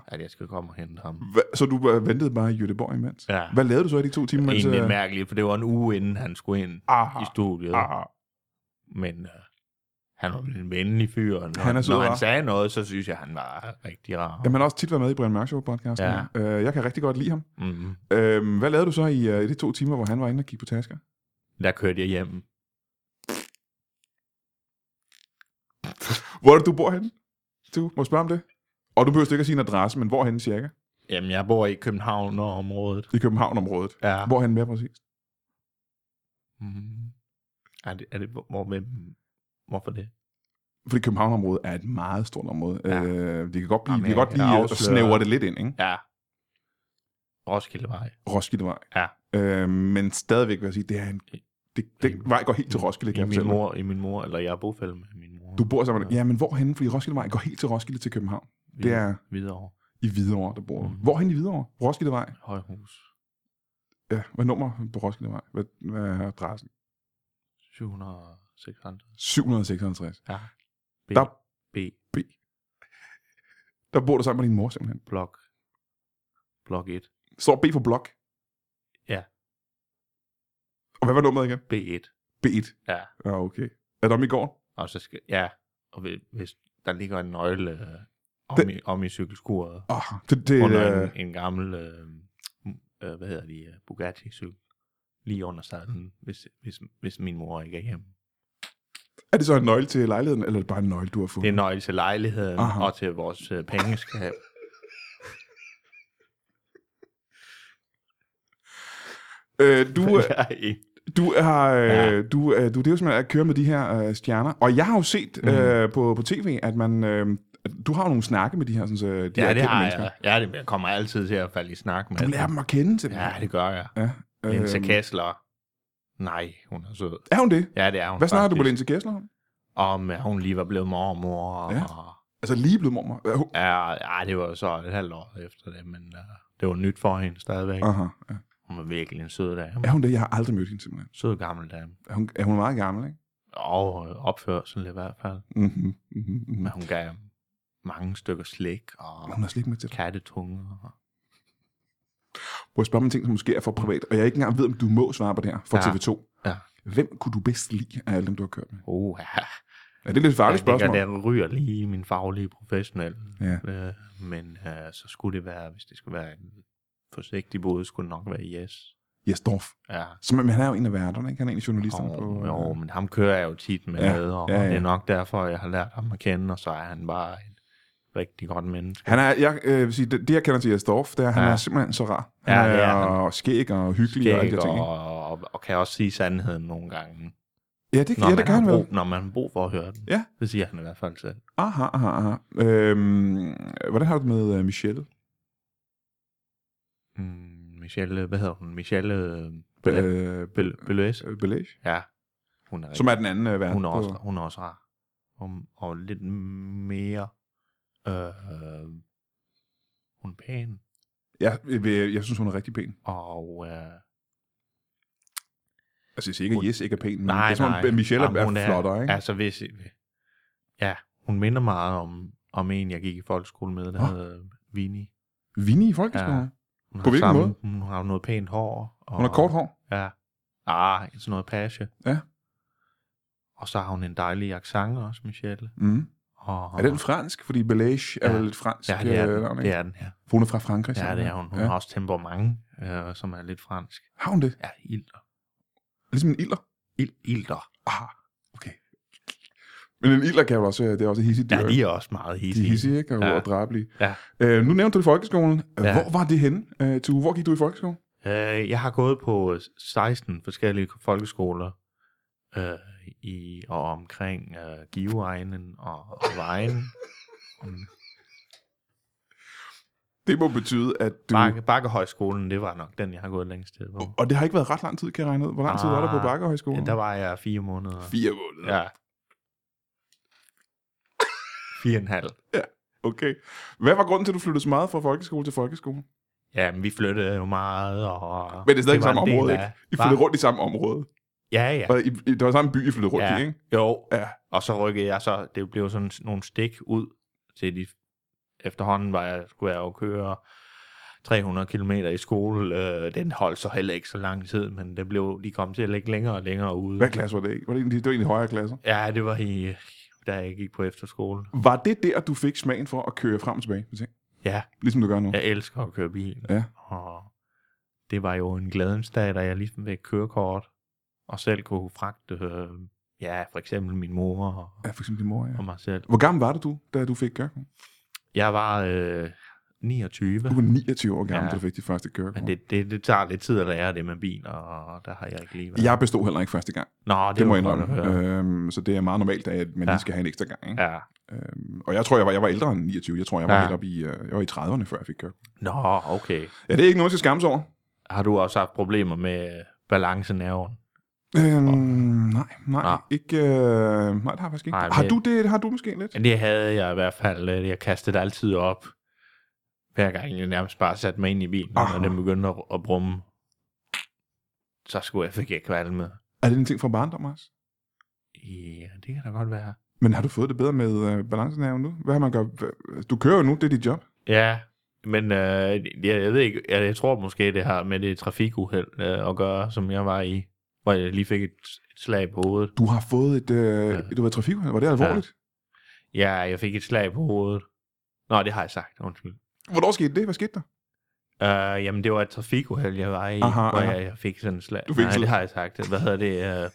[SPEAKER 8] at jeg skal komme og hente ham.
[SPEAKER 6] Ah. Så du øh, ventede bare i Göteborg imens?
[SPEAKER 8] Ja.
[SPEAKER 6] Hvad lavede du så i de to timer? mens,
[SPEAKER 8] Egentlig
[SPEAKER 6] øh,
[SPEAKER 8] mærkeligt, for det var en uge inden han skulle ind
[SPEAKER 6] Aha.
[SPEAKER 8] i studiet.
[SPEAKER 6] Ah,
[SPEAKER 8] Men øh, han var en venlig fyr, og når
[SPEAKER 6] Han
[SPEAKER 8] han,
[SPEAKER 6] er sød,
[SPEAKER 8] når
[SPEAKER 6] hva'?
[SPEAKER 8] han sagde noget, så synes jeg, han var rigtig rar.
[SPEAKER 6] Jamen, han har også tit været med i Brian Mørk Show podcasten.
[SPEAKER 8] Ja.
[SPEAKER 6] Øh, jeg kan rigtig godt lide ham.
[SPEAKER 8] Mm-hmm.
[SPEAKER 6] Øh, hvad lavede du så i, øh, i de to timer, hvor han var inde og kiggede på tasker?
[SPEAKER 8] Der kørte jeg hjem.
[SPEAKER 6] Hvor er det, du bor henne? Du må jeg spørge om det. Og du behøver ikke at sige en adresse, men hvor henne cirka?
[SPEAKER 8] Jamen, jeg bor i København og området.
[SPEAKER 6] I København-området.
[SPEAKER 8] Ja.
[SPEAKER 6] Hvor han mere præcis?
[SPEAKER 8] Mm-hmm. Er det, er det hvor, hvor, hvem, hvorfor det?
[SPEAKER 6] Fordi København-området er et meget stort område. Ja.
[SPEAKER 8] Ja.
[SPEAKER 6] Øh, det kan godt blive,
[SPEAKER 8] Jamen,
[SPEAKER 6] Jamen, det kan
[SPEAKER 8] jeg
[SPEAKER 6] godt
[SPEAKER 8] kan
[SPEAKER 6] blive at
[SPEAKER 8] afsløre-
[SPEAKER 6] snævre det lidt ind, ikke?
[SPEAKER 8] Ja. Roskildevej.
[SPEAKER 6] Roskildevej.
[SPEAKER 8] Ja.
[SPEAKER 6] Øh, men stadigvæk vil jeg sige, det er en, det, den vej går helt til Roskilde, kan
[SPEAKER 8] I
[SPEAKER 6] jeg
[SPEAKER 8] min
[SPEAKER 6] fortælle dig.
[SPEAKER 8] mor, i min mor, eller jeg er bofælde med min mor.
[SPEAKER 6] Du bor sammen med Ja, men hvorhen? Fordi Roskildevej går helt til Roskilde til København. Det er
[SPEAKER 8] Hvidovre.
[SPEAKER 6] i Hvidovre, der bor du.
[SPEAKER 8] Mm.
[SPEAKER 6] Hvorhen i Hvidovre? Roskildevej?
[SPEAKER 8] Højhus.
[SPEAKER 6] Ja, hvad nummer på Roskildevej? Hvad, hvad er adressen?
[SPEAKER 8] 700
[SPEAKER 6] 756.
[SPEAKER 8] Ja. B.
[SPEAKER 6] Der-
[SPEAKER 8] B.
[SPEAKER 6] Der bor du sammen med din mor simpelthen.
[SPEAKER 8] Blok. Blok 1.
[SPEAKER 6] Står B for blok?
[SPEAKER 8] Ja.
[SPEAKER 6] Og hvad var nummeret igen?
[SPEAKER 8] B1.
[SPEAKER 6] B1.
[SPEAKER 8] Ja.
[SPEAKER 6] Ja, okay. Er der om i går?
[SPEAKER 8] Og så skal, ja, og hvis- hvis der ligger en nøgle øh, om, det, i, om i cykelskuret,
[SPEAKER 6] Åh, det, det,
[SPEAKER 8] under
[SPEAKER 6] øh,
[SPEAKER 8] en, en gammel, øh, øh, hvad hedder de, øh, Bugatti-cykel, lige under sadlen, hvis, hvis, hvis min mor ikke er hjemme.
[SPEAKER 6] er det så en nøgle til lejligheden, eller er det bare en nøgle, du har fået?
[SPEAKER 8] Det er en nøgle til lejligheden
[SPEAKER 6] Aha.
[SPEAKER 8] Aha. og til vores øh, pengeskab.
[SPEAKER 6] Øh, du, øh,
[SPEAKER 8] Jeg er ikke-
[SPEAKER 6] Du har, øh, ja.
[SPEAKER 8] Ja.
[SPEAKER 6] du, øh, du, det er jo simpelthen at køre med de her øh, stjerner. Og jeg har jo set
[SPEAKER 8] Mhm.
[SPEAKER 6] mm. øh, på, på tv, at man, øh, at du har jo nogle snakke med de her, sådan, øh, de her
[SPEAKER 8] ja,
[SPEAKER 6] kendte
[SPEAKER 8] det har
[SPEAKER 6] mennesker.
[SPEAKER 8] jeg. Ja, det, jeg kommer altid til at falde i snak med.
[SPEAKER 6] Du lærer dem Øhm. at kende til
[SPEAKER 8] Ja, det gør jeg.
[SPEAKER 6] Ja,
[SPEAKER 8] Linse Kessler. Nej, hun er sød.
[SPEAKER 6] Er hun det?
[SPEAKER 8] Ja, det er hun
[SPEAKER 6] Hvad snakker du på
[SPEAKER 8] faktisk.
[SPEAKER 6] Linse Gessler om?
[SPEAKER 8] Om, at hun lige var blevet mormor, og...
[SPEAKER 6] Ja.
[SPEAKER 8] Ja.
[SPEAKER 6] Altså lige blevet mormor. Øh, hun-
[SPEAKER 8] Ja, ej, det var jo så et halvt år efter det, men uh, det var nyt for hende stadigvæk.
[SPEAKER 6] Aha, ja.
[SPEAKER 8] Hun var virkelig en sød dame.
[SPEAKER 6] Er hun det? Jeg har aldrig mødt hende simpelthen.
[SPEAKER 8] Sød gammel dame.
[SPEAKER 6] Er hun, er hun meget gammel, ikke?
[SPEAKER 8] Og øh, opførsel i hvert fald.
[SPEAKER 6] Mm-hmm, mm-hmm, mm-hmm.
[SPEAKER 8] Men hun gav mange stykker slik og
[SPEAKER 6] Hun har slet ikke med til.
[SPEAKER 8] kattetunge. Og...
[SPEAKER 6] Må jeg spørge om en ting, som måske er for privat, og jeg ikke engang ved, om du må svare på det her for
[SPEAKER 8] Ja.
[SPEAKER 6] TV2.
[SPEAKER 8] Ja.
[SPEAKER 6] Hvem kunne du bedst lide af alle dem, du har kørt med?
[SPEAKER 8] Uh, ja.
[SPEAKER 6] Er det et lidt farligt
[SPEAKER 8] Jeg
[SPEAKER 6] spørgsmål?
[SPEAKER 8] tænker, der ryger lige min faglige professionelle.
[SPEAKER 6] Ja.
[SPEAKER 8] Øh, men øh, så skulle det være, hvis det skulle være en forsigtig bod, skulle det nok være yes.
[SPEAKER 6] Jes Dorf.
[SPEAKER 8] Ja.
[SPEAKER 6] Så, men han er jo en af værterne, ikke? Han er en af journalisterne
[SPEAKER 8] Jo,
[SPEAKER 6] på... øh,
[SPEAKER 8] jo, men ham kører jeg jo tit med,
[SPEAKER 6] Ja,
[SPEAKER 8] ja, og
[SPEAKER 6] ja,
[SPEAKER 8] ja,
[SPEAKER 6] ja.
[SPEAKER 8] ja. det er nok derfor, jeg har lært ham at kende, og så er han bare et rigtig godt menneske.
[SPEAKER 6] Han er, jeg øh, vil sige, det, det jeg kender til Jastorf, det er, at han ja.
[SPEAKER 8] Ja.
[SPEAKER 6] er simpelthen så rar. Han
[SPEAKER 8] Ja,
[SPEAKER 6] er,
[SPEAKER 8] det er
[SPEAKER 6] og skæg og hyggelig og alle de
[SPEAKER 8] Skæg
[SPEAKER 6] der ting. ikke?
[SPEAKER 8] og, og, og kan også sige sandheden nogle gange,
[SPEAKER 6] Ja, det,
[SPEAKER 8] når,
[SPEAKER 6] ja, det
[SPEAKER 8] man
[SPEAKER 6] kan han
[SPEAKER 8] har
[SPEAKER 6] vel.
[SPEAKER 8] brug, når man har brug for at høre den.
[SPEAKER 6] Ja.
[SPEAKER 8] Det siger han i hvert fald selv.
[SPEAKER 6] Aha, aha, aha. Øhm, hvordan har du det med øh, Michelle?
[SPEAKER 8] Mm, Michelle, hvad hedder hun? Michelle øh, Bel-
[SPEAKER 6] Øh,
[SPEAKER 8] Bel- Beløs?
[SPEAKER 6] øh, Belage?
[SPEAKER 8] Ja, hun er,
[SPEAKER 6] Som er den anden øh, vært.
[SPEAKER 8] hun er, også,
[SPEAKER 6] på-
[SPEAKER 8] hun er også rar. Og, og lidt mere... Øh, hun er pæn.
[SPEAKER 6] Jeg, jeg, jeg, synes, hun er rigtig pæn.
[SPEAKER 8] Og øh,
[SPEAKER 6] Altså, jeg siger ikke, at
[SPEAKER 8] Hun-
[SPEAKER 6] Jes ikke er pæn, men
[SPEAKER 8] nej,
[SPEAKER 6] jeg tror,
[SPEAKER 8] nej.
[SPEAKER 6] at Michelle er,
[SPEAKER 8] Jamen, hun
[SPEAKER 6] er flottere, ikke?
[SPEAKER 8] Altså, hvis, ja, hun minder meget om, om en, jeg gik i folkeskole med, der
[SPEAKER 6] Nå.
[SPEAKER 8] oh. hed Vini.
[SPEAKER 6] Vinnie i folkeskolen.
[SPEAKER 8] Hun
[SPEAKER 6] På
[SPEAKER 8] har
[SPEAKER 6] hvilken
[SPEAKER 8] samme-
[SPEAKER 6] måde?
[SPEAKER 8] Hun har noget pænt hår. Og,
[SPEAKER 6] Hun har kort hår.
[SPEAKER 8] Ja. Ah, sådan noget page.
[SPEAKER 6] Ja.
[SPEAKER 8] Og så har hun en dejlig accent også, Michelle.
[SPEAKER 6] Mm.
[SPEAKER 8] Og,
[SPEAKER 6] Er den fransk? Fordi Belage er
[SPEAKER 8] Ja.
[SPEAKER 6] vel lidt fransk.
[SPEAKER 8] Ja, det er
[SPEAKER 6] øh,
[SPEAKER 8] den.
[SPEAKER 6] navn,
[SPEAKER 8] Det
[SPEAKER 6] ikke?
[SPEAKER 8] er den, ja.
[SPEAKER 6] For Hun er fra Frankrig.
[SPEAKER 8] Ja, det
[SPEAKER 6] simpelthen.
[SPEAKER 8] er hun. Hun har også temperament, øh, som er lidt fransk.
[SPEAKER 6] Har hun det?
[SPEAKER 8] Ja, ilter.
[SPEAKER 6] Ligesom en ilder?
[SPEAKER 8] Il, ilter.
[SPEAKER 6] Ah, okay. Men en ilder kan jo også, det er også et hissigt dyr.
[SPEAKER 8] Ja, de er også meget
[SPEAKER 6] de er
[SPEAKER 8] hissige.
[SPEAKER 6] hissige, ikke? Og, ja.
[SPEAKER 8] Ja.
[SPEAKER 6] og dræbelige.
[SPEAKER 8] Ja.
[SPEAKER 6] Øh, nu nævnte du det i folkeskolen. Ja.
[SPEAKER 8] Ja.
[SPEAKER 6] Hvor var det henne, øh, Tue? Hvor gik du i folkeskolen?
[SPEAKER 8] Øh, jeg har gået på øh, 16 forskellige folkeskoler øh, i og omkring øh, Giveegnen og, og Vejen.
[SPEAKER 6] Det må betyde, at du...
[SPEAKER 8] Bakke, Bakkehøjskolen, det var nok den, jeg har gået længst tid på.
[SPEAKER 6] Og det har ikke været ret lang tid, kan jeg regne ud. Hvor lang tid var der på
[SPEAKER 8] Ah,
[SPEAKER 6] Bakkehøjskolen?
[SPEAKER 8] Ja, der Ah, var jeg fire måneder.
[SPEAKER 6] Fire måneder.
[SPEAKER 8] Ja, Fire og en halv.
[SPEAKER 6] Okay. Hvad var grunden til, at du flyttede så meget fra folkeskole til folkeskole?
[SPEAKER 8] Ja, men vi flyttede jo meget, og...
[SPEAKER 6] Men det er stadig
[SPEAKER 8] var
[SPEAKER 6] samme
[SPEAKER 8] en del
[SPEAKER 6] område,
[SPEAKER 8] af-
[SPEAKER 6] ikke? I
[SPEAKER 8] Hva?
[SPEAKER 6] flyttede rundt i samme område.
[SPEAKER 8] Ja, ja.
[SPEAKER 6] Og I, I, det var samme by, I flyttede rundt i,
[SPEAKER 8] ja.
[SPEAKER 6] ikke?
[SPEAKER 8] Jo,
[SPEAKER 6] Ja.
[SPEAKER 8] ja. og så rykkede jeg så, det blev sådan nogle stik ud til de, efterhånden var jeg, skulle jeg jo køre 300 km i skole, øh, den holdt så heller ikke så lang tid, men det blev, de kom til at ligge længere og længere ude.
[SPEAKER 6] Hvad klasse var det? ikke? Var det, egentlig- det var egentlig højere klasser.
[SPEAKER 8] Ja, det var i, da jeg gik på efterskole.
[SPEAKER 6] Var det der, du fik smagen for at køre frem og tilbage på ting?
[SPEAKER 8] Ja,
[SPEAKER 6] Ligesom du gør nu?
[SPEAKER 8] jeg elsker at køre bil.
[SPEAKER 6] Ja.
[SPEAKER 8] Og det var jo en glædens dag, da jeg ligesom fik kørekort, og selv kunne fragte, øh, ja, for eksempel min mor og,
[SPEAKER 6] Ja, for eksempel din mor, ja.
[SPEAKER 8] og mig selv.
[SPEAKER 6] Hvor gammel var det du, da du fik kørekort?
[SPEAKER 8] Jeg var øh, 29.
[SPEAKER 6] Du var 29 år gammel, ja.
[SPEAKER 8] Ja.
[SPEAKER 6] da du fik dit første kørekort.
[SPEAKER 8] Men det, det, det tager lidt tid at lære det med biler, og der har jeg ikke lige været.
[SPEAKER 6] Jeg bestod heller ikke første gang,
[SPEAKER 8] Nå, det,
[SPEAKER 6] det, det må jeg
[SPEAKER 8] var godt at
[SPEAKER 6] indrømme.
[SPEAKER 8] høre.
[SPEAKER 6] Øhm, så det er meget normalt, at man ja.
[SPEAKER 8] Ja.
[SPEAKER 6] lige skal have en ekstra gang. Ikke? Ja.
[SPEAKER 8] Ja.
[SPEAKER 6] Øhm, og jeg tror, jeg var, jeg var ældre end 29. Jeg tror, jeg var ja.
[SPEAKER 8] Ja.
[SPEAKER 6] helt op i, øh, jeg var i 30'erne, før jeg fik kørekort.
[SPEAKER 8] Nå, okay.
[SPEAKER 6] Ja, det er ikke noget, jeg skal skammes over.
[SPEAKER 8] Har du også haft problemer med balancenerven?
[SPEAKER 6] Øhm, nej, nej,
[SPEAKER 8] Nå.
[SPEAKER 6] ikke, øh, nej, det har jeg faktisk ikke.
[SPEAKER 8] Ah. Nej,
[SPEAKER 6] Nej,
[SPEAKER 8] men-
[SPEAKER 6] har, du det, har du måske lidt?
[SPEAKER 8] Men Det havde jeg i hvert fald. øh, Jeg kastede altid op, hver gang jeg nærmest bare satte mig ind i bilen,
[SPEAKER 6] Ah.
[SPEAKER 8] oh. og den begyndte at, at brumme. Så skulle jeg fik jeg kvalme.
[SPEAKER 6] Er det en ting fra barndom også?
[SPEAKER 8] Ja, det kan da godt være.
[SPEAKER 6] Men har du fået det bedre med øh, balancenerven nu? Hvad har man gør? Du kører jo nu, det er dit job.
[SPEAKER 8] Ja, men øh, jeg, jeg ved ikke, jeg, jeg tror måske, det har med det trafikuheld øh, at gøre, som jeg var i, hvor jeg lige fik et, et slag på hovedet.
[SPEAKER 6] Du har fået et, øh,
[SPEAKER 8] Ja.
[SPEAKER 6] ja. du var trafik, var det alvorligt? Ja.
[SPEAKER 8] Ja, jeg fik et slag på hovedet. Nå, det har jeg sagt, undskyld.
[SPEAKER 6] Hvornår skete det? Hvad skete der?
[SPEAKER 8] Uh, jamen, det var et trafikuheld, jeg var i,
[SPEAKER 6] Aha,
[SPEAKER 8] aha, hvor
[SPEAKER 6] aha.
[SPEAKER 8] Jeg, jeg fik sådan et slag.
[SPEAKER 6] Du fik
[SPEAKER 8] Nej,
[SPEAKER 6] sådan-
[SPEAKER 8] det har jeg sagt. Hvad hedder det? Uh,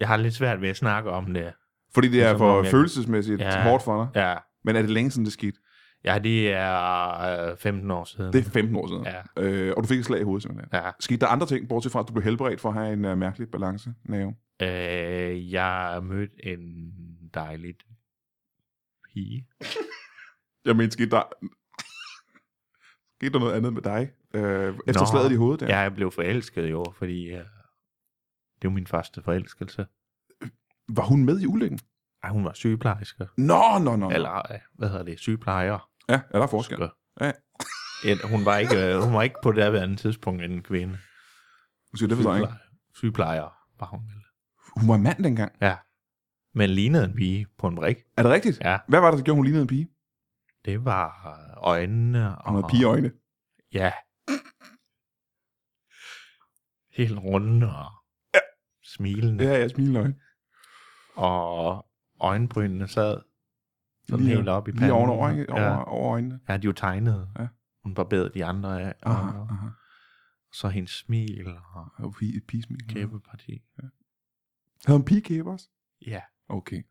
[SPEAKER 8] jeg har lidt svært ved at snakke om det.
[SPEAKER 6] Fordi det er
[SPEAKER 8] Som om
[SPEAKER 6] for
[SPEAKER 8] jeg-
[SPEAKER 6] følelsesmæssigt ja.
[SPEAKER 8] Ja.
[SPEAKER 6] hårdt for dig.
[SPEAKER 8] Ja,
[SPEAKER 6] Men er det længe siden, det skete?
[SPEAKER 8] ja det er uh, 15 år siden.
[SPEAKER 6] Det er 15 år siden.
[SPEAKER 8] Ja,
[SPEAKER 6] Øh, og du fik et slag i hovedet simpelthen.
[SPEAKER 8] ja.
[SPEAKER 6] Skete der andre ting, bortset fra, at du blev helbredt for at have en uh, mærkelig balance? Nerve?
[SPEAKER 8] Øh, jeg mødte en dejlig pige.
[SPEAKER 6] Jeg mener, skete der... skete der noget andet med dig? Øh, efter Nå. slaget i hovedet der?
[SPEAKER 8] Ja, jeg blev forelsket jo, fordi øh, det var min første forelskelse.
[SPEAKER 6] Var hun med i ulykken?
[SPEAKER 8] Ej, hun var sygeplejerske.
[SPEAKER 6] Nå, nå, nå. nå.
[SPEAKER 8] Eller, øh, hvad hedder det, sygeplejer.
[SPEAKER 6] Ja, er der forskel? Ja.
[SPEAKER 8] Et, hun, var ikke, øh, hun var ikke på det andet tidspunkt en kvinde.
[SPEAKER 6] Du siger, det forstår jeg ikke.
[SPEAKER 8] Sygeplejer- Sygeplejer var hun vel.
[SPEAKER 6] Hun var en mand dengang.
[SPEAKER 8] Ja. Men lignede en pige på en brik.
[SPEAKER 6] Er det rigtigt?
[SPEAKER 8] Ja.
[SPEAKER 6] Hvad var det, der gjorde, hun lignede en pige?
[SPEAKER 8] Det var øh, øjnene og...
[SPEAKER 6] Hun havde pigeøjne.
[SPEAKER 8] Ja. Helt runde og smilende.
[SPEAKER 6] Ja, ja, smilende øjne.
[SPEAKER 8] Og øjenbrynene sad sådan
[SPEAKER 6] Lige-
[SPEAKER 8] helt op i panden.
[SPEAKER 6] Lige ovenover, ikke? Over,
[SPEAKER 8] Ja.
[SPEAKER 6] over øjnene.
[SPEAKER 8] Ja, de var tegnet.
[SPEAKER 6] Ja. Ah,
[SPEAKER 8] Ja. Hun barberede de andre af. Og
[SPEAKER 6] Aha, aha.
[SPEAKER 8] så hendes smil og
[SPEAKER 6] Og pige, et pigesmil.
[SPEAKER 8] kæbeparti.
[SPEAKER 6] Havde hun pigekæbe også?
[SPEAKER 8] Ja,
[SPEAKER 6] Okay.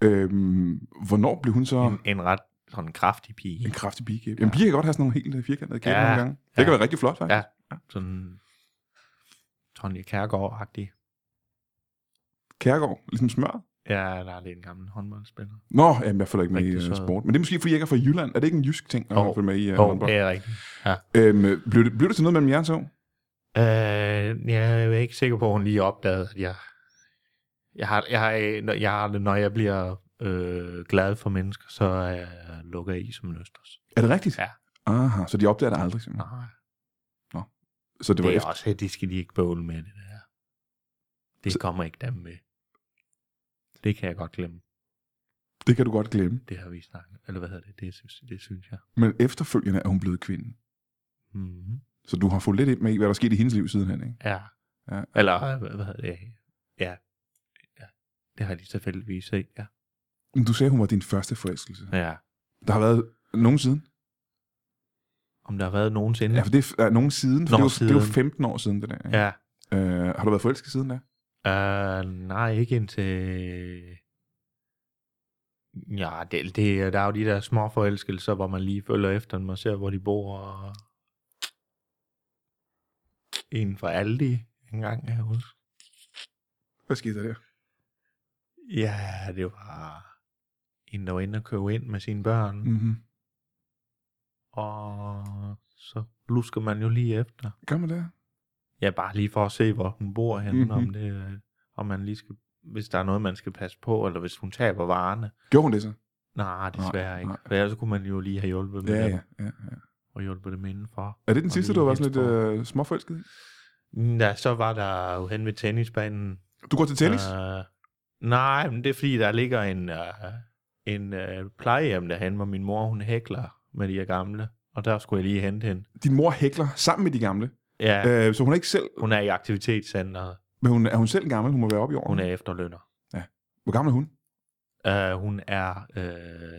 [SPEAKER 6] Øhm, hvornår blev hun så
[SPEAKER 8] en, en ret sådan kraftig
[SPEAKER 6] en
[SPEAKER 8] pige.
[SPEAKER 6] kraftig pigekæbe? Jamen, piger kan godt have sådan nogle helt øh, firkantede kæber
[SPEAKER 8] Ja,
[SPEAKER 6] nogle gange. Det
[SPEAKER 8] ja.
[SPEAKER 6] kan være rigtig flot, faktisk.
[SPEAKER 8] Ja. Sådan Tonje Kærgaard-agtig.
[SPEAKER 6] Kærgaard, ligesom smør.
[SPEAKER 8] Ja, der er lidt en gammel håndboldspiller.
[SPEAKER 6] Nå, jamen, jeg følger ikke med
[SPEAKER 8] Rigtig
[SPEAKER 6] i uh,
[SPEAKER 8] sød.
[SPEAKER 6] sport. Men det er måske, fordi jeg ikke er fra Jylland. Er det ikke en jysk ting at
[SPEAKER 8] Jo.
[SPEAKER 6] følge med i uh,
[SPEAKER 8] Åh, oh,
[SPEAKER 6] håndbold?
[SPEAKER 8] det er rigtigt.
[SPEAKER 6] Øhm, øh, blev, det, blev det til noget mellem jer to?
[SPEAKER 8] Øh, jeg er ikke sikker på, at hun lige opdagede, at jeg... Jeg har, jeg har, jeg har det, når jeg bliver øh, glad for mennesker, så er jeg lukker jeg i som en østers.
[SPEAKER 6] Er det rigtigt?
[SPEAKER 8] Ja.
[SPEAKER 6] Aha, så de opdager det aldrig
[SPEAKER 8] Nej,
[SPEAKER 6] simpelthen. Så det
[SPEAKER 8] det,
[SPEAKER 6] var
[SPEAKER 8] det er
[SPEAKER 6] efter.
[SPEAKER 8] også, det skal de ikke bøvle med, det der. Det
[SPEAKER 6] Så-
[SPEAKER 8] kommer ikke dem med. Det kan jeg godt glemme.
[SPEAKER 6] Det kan du godt glemme.
[SPEAKER 8] Det har vi snakket. Eller hvad hedder det? Det synes, det synes jeg.
[SPEAKER 6] Men efterfølgende er hun blevet kvinde.
[SPEAKER 8] Mm-hmm.
[SPEAKER 6] Så du har fået lidt ind med, i, hvad der skete i hendes liv sidenhen, ikke?
[SPEAKER 8] Ja.
[SPEAKER 6] Ja.
[SPEAKER 8] Eller hvad, hvad hedder det? Ja. ja. Det har de tilfældigvis set, ja.
[SPEAKER 6] Men du sagde, hun var din første forelskelse.
[SPEAKER 8] Ja.
[SPEAKER 6] Der har været nogen siden.
[SPEAKER 8] Om der har været nogensinde.
[SPEAKER 6] Ja, for det er, er nogen siden. For
[SPEAKER 8] Nå,
[SPEAKER 6] det, var, det var
[SPEAKER 8] siden.
[SPEAKER 6] 15 år siden, det der. ikke?
[SPEAKER 8] ja.
[SPEAKER 6] Øh, har du været forelsket siden da?
[SPEAKER 8] Uh, nej, ikke indtil... Ja, det, det, der er jo de der små forelskelser, hvor man lige følger efter dem og ser, hvor de bor. Og... En for Aldi engang, kan jeg huske.
[SPEAKER 6] Hvad skete der der?
[SPEAKER 8] Ja, det var en, der var inde og købe ind med sine børn. Mm.
[SPEAKER 6] Mm-hmm.
[SPEAKER 8] Og så lusker man jo lige efter.
[SPEAKER 6] Gør man det?
[SPEAKER 8] Ja, bare lige for at se, hvor hun bor henne.
[SPEAKER 6] Mhm.
[SPEAKER 8] Mm-hmm. Om, det, øh, om man lige skal, hvis der er noget, man skal passe på, eller hvis hun taber varerne.
[SPEAKER 6] Gjorde hun det så?
[SPEAKER 8] Nej, desværre ikke.
[SPEAKER 6] nej.
[SPEAKER 8] For ellers kunne man jo lige have hjulpet med
[SPEAKER 6] Ja,
[SPEAKER 8] dem,
[SPEAKER 6] ja, ja, ja.
[SPEAKER 8] og hjulpet dem indenfor.
[SPEAKER 6] Er det den
[SPEAKER 8] Og
[SPEAKER 6] sidste,
[SPEAKER 8] lige
[SPEAKER 6] du var
[SPEAKER 8] hilse
[SPEAKER 6] sådan lidt
[SPEAKER 8] på.
[SPEAKER 6] øh, småforelsket i?
[SPEAKER 8] Ja, så var der jo hen ved tennisbanen.
[SPEAKER 6] Du går til tennis?
[SPEAKER 8] Øh, nej, men det er fordi, der ligger en, øh, en øh, plejehjem derhen, hvor min mor, hun hækler med de her gamle. Og der skulle jeg lige hente hende.
[SPEAKER 6] Din mor hækler sammen med de gamle.
[SPEAKER 8] Ja, øh.
[SPEAKER 6] Øh, så hun er ikke selv...
[SPEAKER 8] hun er i aktivitetscenteret.
[SPEAKER 6] Men hun, er hun selv gammel? Hun må være oppe i årene.
[SPEAKER 8] Hun er efterlønner.
[SPEAKER 6] Hvor gammel er hun?
[SPEAKER 8] Uh, hun er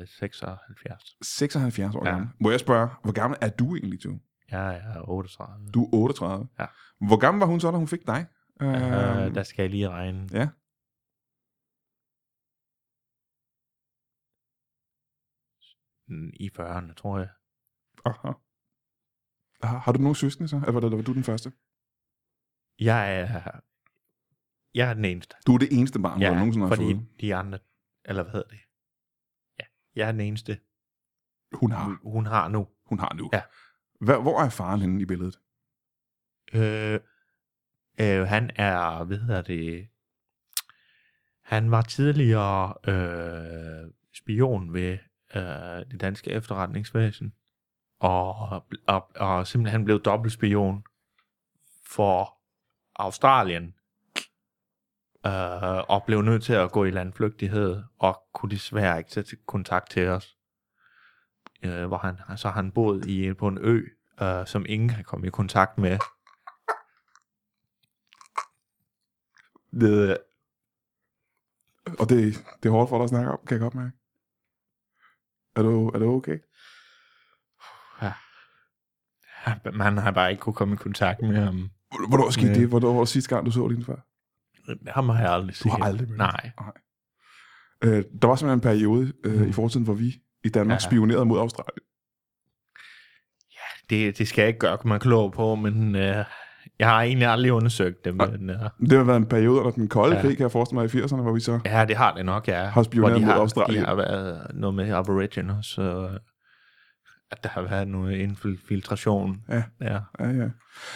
[SPEAKER 8] øh, 76.
[SPEAKER 6] 76 år
[SPEAKER 8] Ja.
[SPEAKER 6] ja. gammel. Må jeg spørge, hvor gammel er du egentlig, Joe?
[SPEAKER 8] Jeg er 38.
[SPEAKER 6] Du er 38.
[SPEAKER 8] Ja.
[SPEAKER 6] Hvor gammel var hun så, da hun fik dig? Øh,
[SPEAKER 8] Uh, der skal jeg lige regne.
[SPEAKER 6] Ja.
[SPEAKER 8] 49, I 40'erne, tror jeg.
[SPEAKER 6] aha. Aha. Har du nogen søskende så? Eller var, det, eller var du den første?
[SPEAKER 8] Jeg er, jeg er den eneste.
[SPEAKER 6] Du er det eneste barn, ja, du nogensinde har
[SPEAKER 8] fordi
[SPEAKER 6] fået.
[SPEAKER 8] de andre, eller hvad hedder det? Ja, jeg er den eneste,
[SPEAKER 6] Hun har.
[SPEAKER 8] hun, hun har nu.
[SPEAKER 6] Hun har nu.
[SPEAKER 8] Mm. Ja.
[SPEAKER 6] Hva, hvor er faren henne i billedet?
[SPEAKER 8] Øh, øh, han er, hvad hedder det, han var tidligere øh, spion ved øh, det danske efterretningsvæsen, og, og, og simpelthen blev dobbeltspion for Australien, øh, og blev nødt til at gå i landflygtighed, og kunne desværre ikke tage kontakt til os. Øh, hvor han, så har han boet i, på en ø, øh, som ingen kan komme i kontakt med, Det,
[SPEAKER 6] Og det, det er hårdt for dig at snakke om, kan jeg godt mærke. Er du, er du okay?
[SPEAKER 8] man har bare ikke kunne komme i kontakt med ham.
[SPEAKER 6] Hvor- Hvornår skete
[SPEAKER 8] Ja.
[SPEAKER 6] det? Hvornår var det sidste gang, du så din far?
[SPEAKER 8] Ham har jeg aldrig set.
[SPEAKER 6] Du har aldrig mødt
[SPEAKER 8] Nej.
[SPEAKER 6] Øh, der var simpelthen en periode øh,
[SPEAKER 8] Mm.
[SPEAKER 6] i fortiden, hvor vi i Danmark
[SPEAKER 8] Ja.
[SPEAKER 6] ja. spionerede mod Australien.
[SPEAKER 8] Det, det skal jeg ikke gøre mig klog på, men øh, jeg har egentlig aldrig undersøgt det.
[SPEAKER 6] Nej.
[SPEAKER 8] Men, øh,
[SPEAKER 6] Det har været en periode under den kolde
[SPEAKER 8] Ja.
[SPEAKER 6] ja. krig, kan jeg forestille mig, i 80'erne, hvor vi så...
[SPEAKER 8] ja, det har det nok, ja.
[SPEAKER 6] Har spioneret
[SPEAKER 8] Hvor de
[SPEAKER 6] mod
[SPEAKER 8] har,
[SPEAKER 6] Australien.
[SPEAKER 8] De har været noget med aboriginals, og at der har været noget infiltration.
[SPEAKER 6] Ja.
[SPEAKER 8] ja.
[SPEAKER 6] Ja, ja.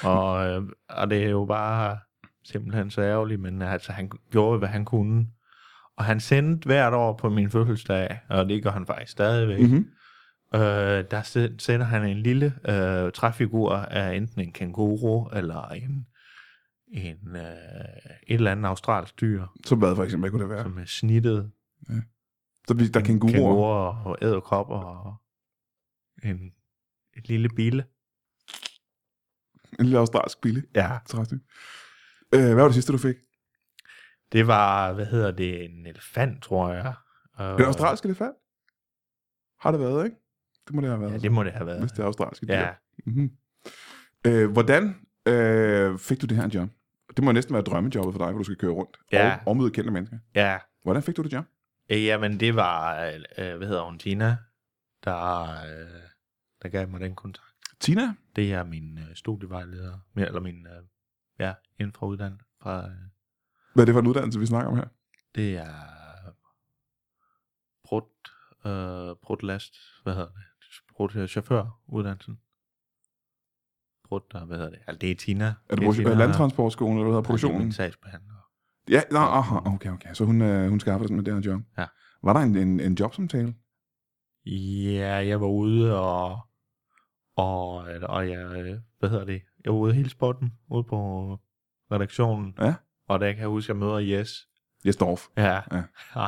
[SPEAKER 8] Og, øh, og det er jo bare simpelthen så ærgerligt, men altså, han gjorde, hvad han kunne. Og han sendte hvert år på min fødselsdag, og det gør han faktisk stadigvæk, mm-hmm.
[SPEAKER 6] Mm-hmm.
[SPEAKER 8] øh, der se- sender han en lille øh, træfigur af enten en kænguru eller en, en øh, et eller andet australsk dyr,
[SPEAKER 6] Så hvad for eksempel, hvad kunne det være?
[SPEAKER 8] ja. som er snittet.
[SPEAKER 6] Så vi, der er kænguruer.
[SPEAKER 8] Kænguruer og æderkopper og en, en lille bille.
[SPEAKER 6] En lille australsk bille.
[SPEAKER 8] Ja.
[SPEAKER 6] Træstyk. Øh, hvad var det sidste, du fik?
[SPEAKER 8] Det var, hvad hedder det, en elefant, tror jeg. Øh,
[SPEAKER 6] En australsk elefant? Har det været, ikke? Det må det have været,
[SPEAKER 8] Ja,
[SPEAKER 6] ja,
[SPEAKER 8] det må det have været.
[SPEAKER 6] hvis det er australske dyr.
[SPEAKER 8] Ja,
[SPEAKER 6] Mm-hmm. Øh, hvordan øh, fik du det her job? Det må næsten være drømmejobbet for dig, hvor du skal køre rundt
[SPEAKER 8] Ja.
[SPEAKER 6] og, og møde kendte mennesker.
[SPEAKER 8] ja.
[SPEAKER 6] Hvordan fik du det job?
[SPEAKER 8] Øh, Jamen, det var, øh, øh, hvad hedder hun, Tina, der, øh, der gav mig den kontakt.
[SPEAKER 6] Tina?
[SPEAKER 8] Det er min øh, studievejleder, men- eller min, øh, ja, inden for uddannet fra, øh,
[SPEAKER 6] Hvad er det for en uddannelse, vi snakker om her?
[SPEAKER 8] det er brudt, øh, brudt last, hvad hedder det, brudt øh, chaufføruddannelsen. Brudt, øh, hvad hedder det, altså det er Tina.
[SPEAKER 6] Er det,
[SPEAKER 8] er
[SPEAKER 6] det
[SPEAKER 8] Tina,
[SPEAKER 6] landtransportskolen, eller hvad hedder
[SPEAKER 8] Det er
[SPEAKER 6] produktionen?
[SPEAKER 8] min sagsbehandler.
[SPEAKER 6] Ja, nå, aha, okay, okay. Så hun, øh, hun skaffer sig med det her job.
[SPEAKER 8] Ja.
[SPEAKER 6] Var der en, en, en jobsamtale?
[SPEAKER 8] Ja, jeg var ude og... Og, og jeg, øh, hvad hedder det? Jeg var ude hele spotten, ude på redaktionen.
[SPEAKER 6] Ja.
[SPEAKER 8] Og der kan jeg huske, at jeg møder Jes.
[SPEAKER 6] Jes Dorf.
[SPEAKER 8] Ja.
[SPEAKER 6] Ja.
[SPEAKER 8] ja.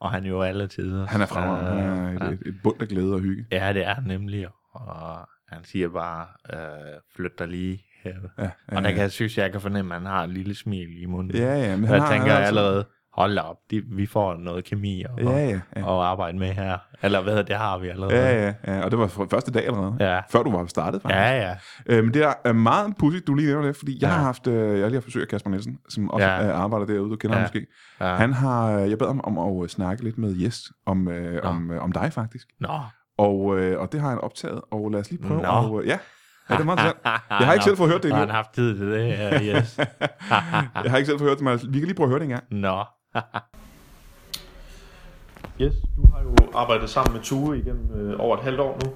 [SPEAKER 8] Og han er jo alle tider.
[SPEAKER 6] Han er fremragende.
[SPEAKER 8] Øh,
[SPEAKER 6] Han er et, et, et bund af glæde og hygge.
[SPEAKER 8] ja. ja, det er han nemlig. Og han siger bare, øh, flyt dig lige her.
[SPEAKER 6] Ja,
[SPEAKER 8] Og der kan jeg synes, jeg kan fornemme, at han har et lille smil i munden.
[SPEAKER 6] ja, ja, men
[SPEAKER 8] han
[SPEAKER 6] han
[SPEAKER 8] jeg
[SPEAKER 6] har,
[SPEAKER 8] tænker
[SPEAKER 6] han har
[SPEAKER 8] allerede, hold da op, de, vi får noget kemi og,
[SPEAKER 6] Ja, ja, ja.
[SPEAKER 8] og arbejde med her. Eller hvad hedder det, det har vi allerede.
[SPEAKER 6] Ja, ja, ja, og det var fra første dag allerede.
[SPEAKER 8] Ja.
[SPEAKER 6] Før du var startet, faktisk.
[SPEAKER 8] Ja, ja.
[SPEAKER 6] Øh, men det er øh, meget pudsigt, du lige nævner det, fordi jeg
[SPEAKER 8] Ja.
[SPEAKER 6] har haft, øh, jeg har lige haft besøg af Kasper Nielsen, som også
[SPEAKER 8] Ja.
[SPEAKER 6] ja. øh, arbejder derude, du kender
[SPEAKER 8] Ja.
[SPEAKER 6] ham måske.
[SPEAKER 8] ja.
[SPEAKER 6] Han har, øh, jeg bad ham om at øh, snakke lidt med Jes om, øh, om, øh, om dig faktisk,
[SPEAKER 8] Nå.
[SPEAKER 6] og, øh, og det har han optaget, og lad os lige prøve.
[SPEAKER 8] Nå.
[SPEAKER 6] Og, øh, ja, ja, det er meget interessant. Jeg har ikke selv fået hørt det
[SPEAKER 8] endnu.
[SPEAKER 6] endnu.
[SPEAKER 8] Har han haft tid til det? Ja, yes.
[SPEAKER 6] jeg har ikke selv fået hørt det, men vi kan lige prøve at høre det engang.
[SPEAKER 8] Nå.
[SPEAKER 2] Yes, du har jo arbejdet sammen med Tue igennem øh, over et halvt år nu.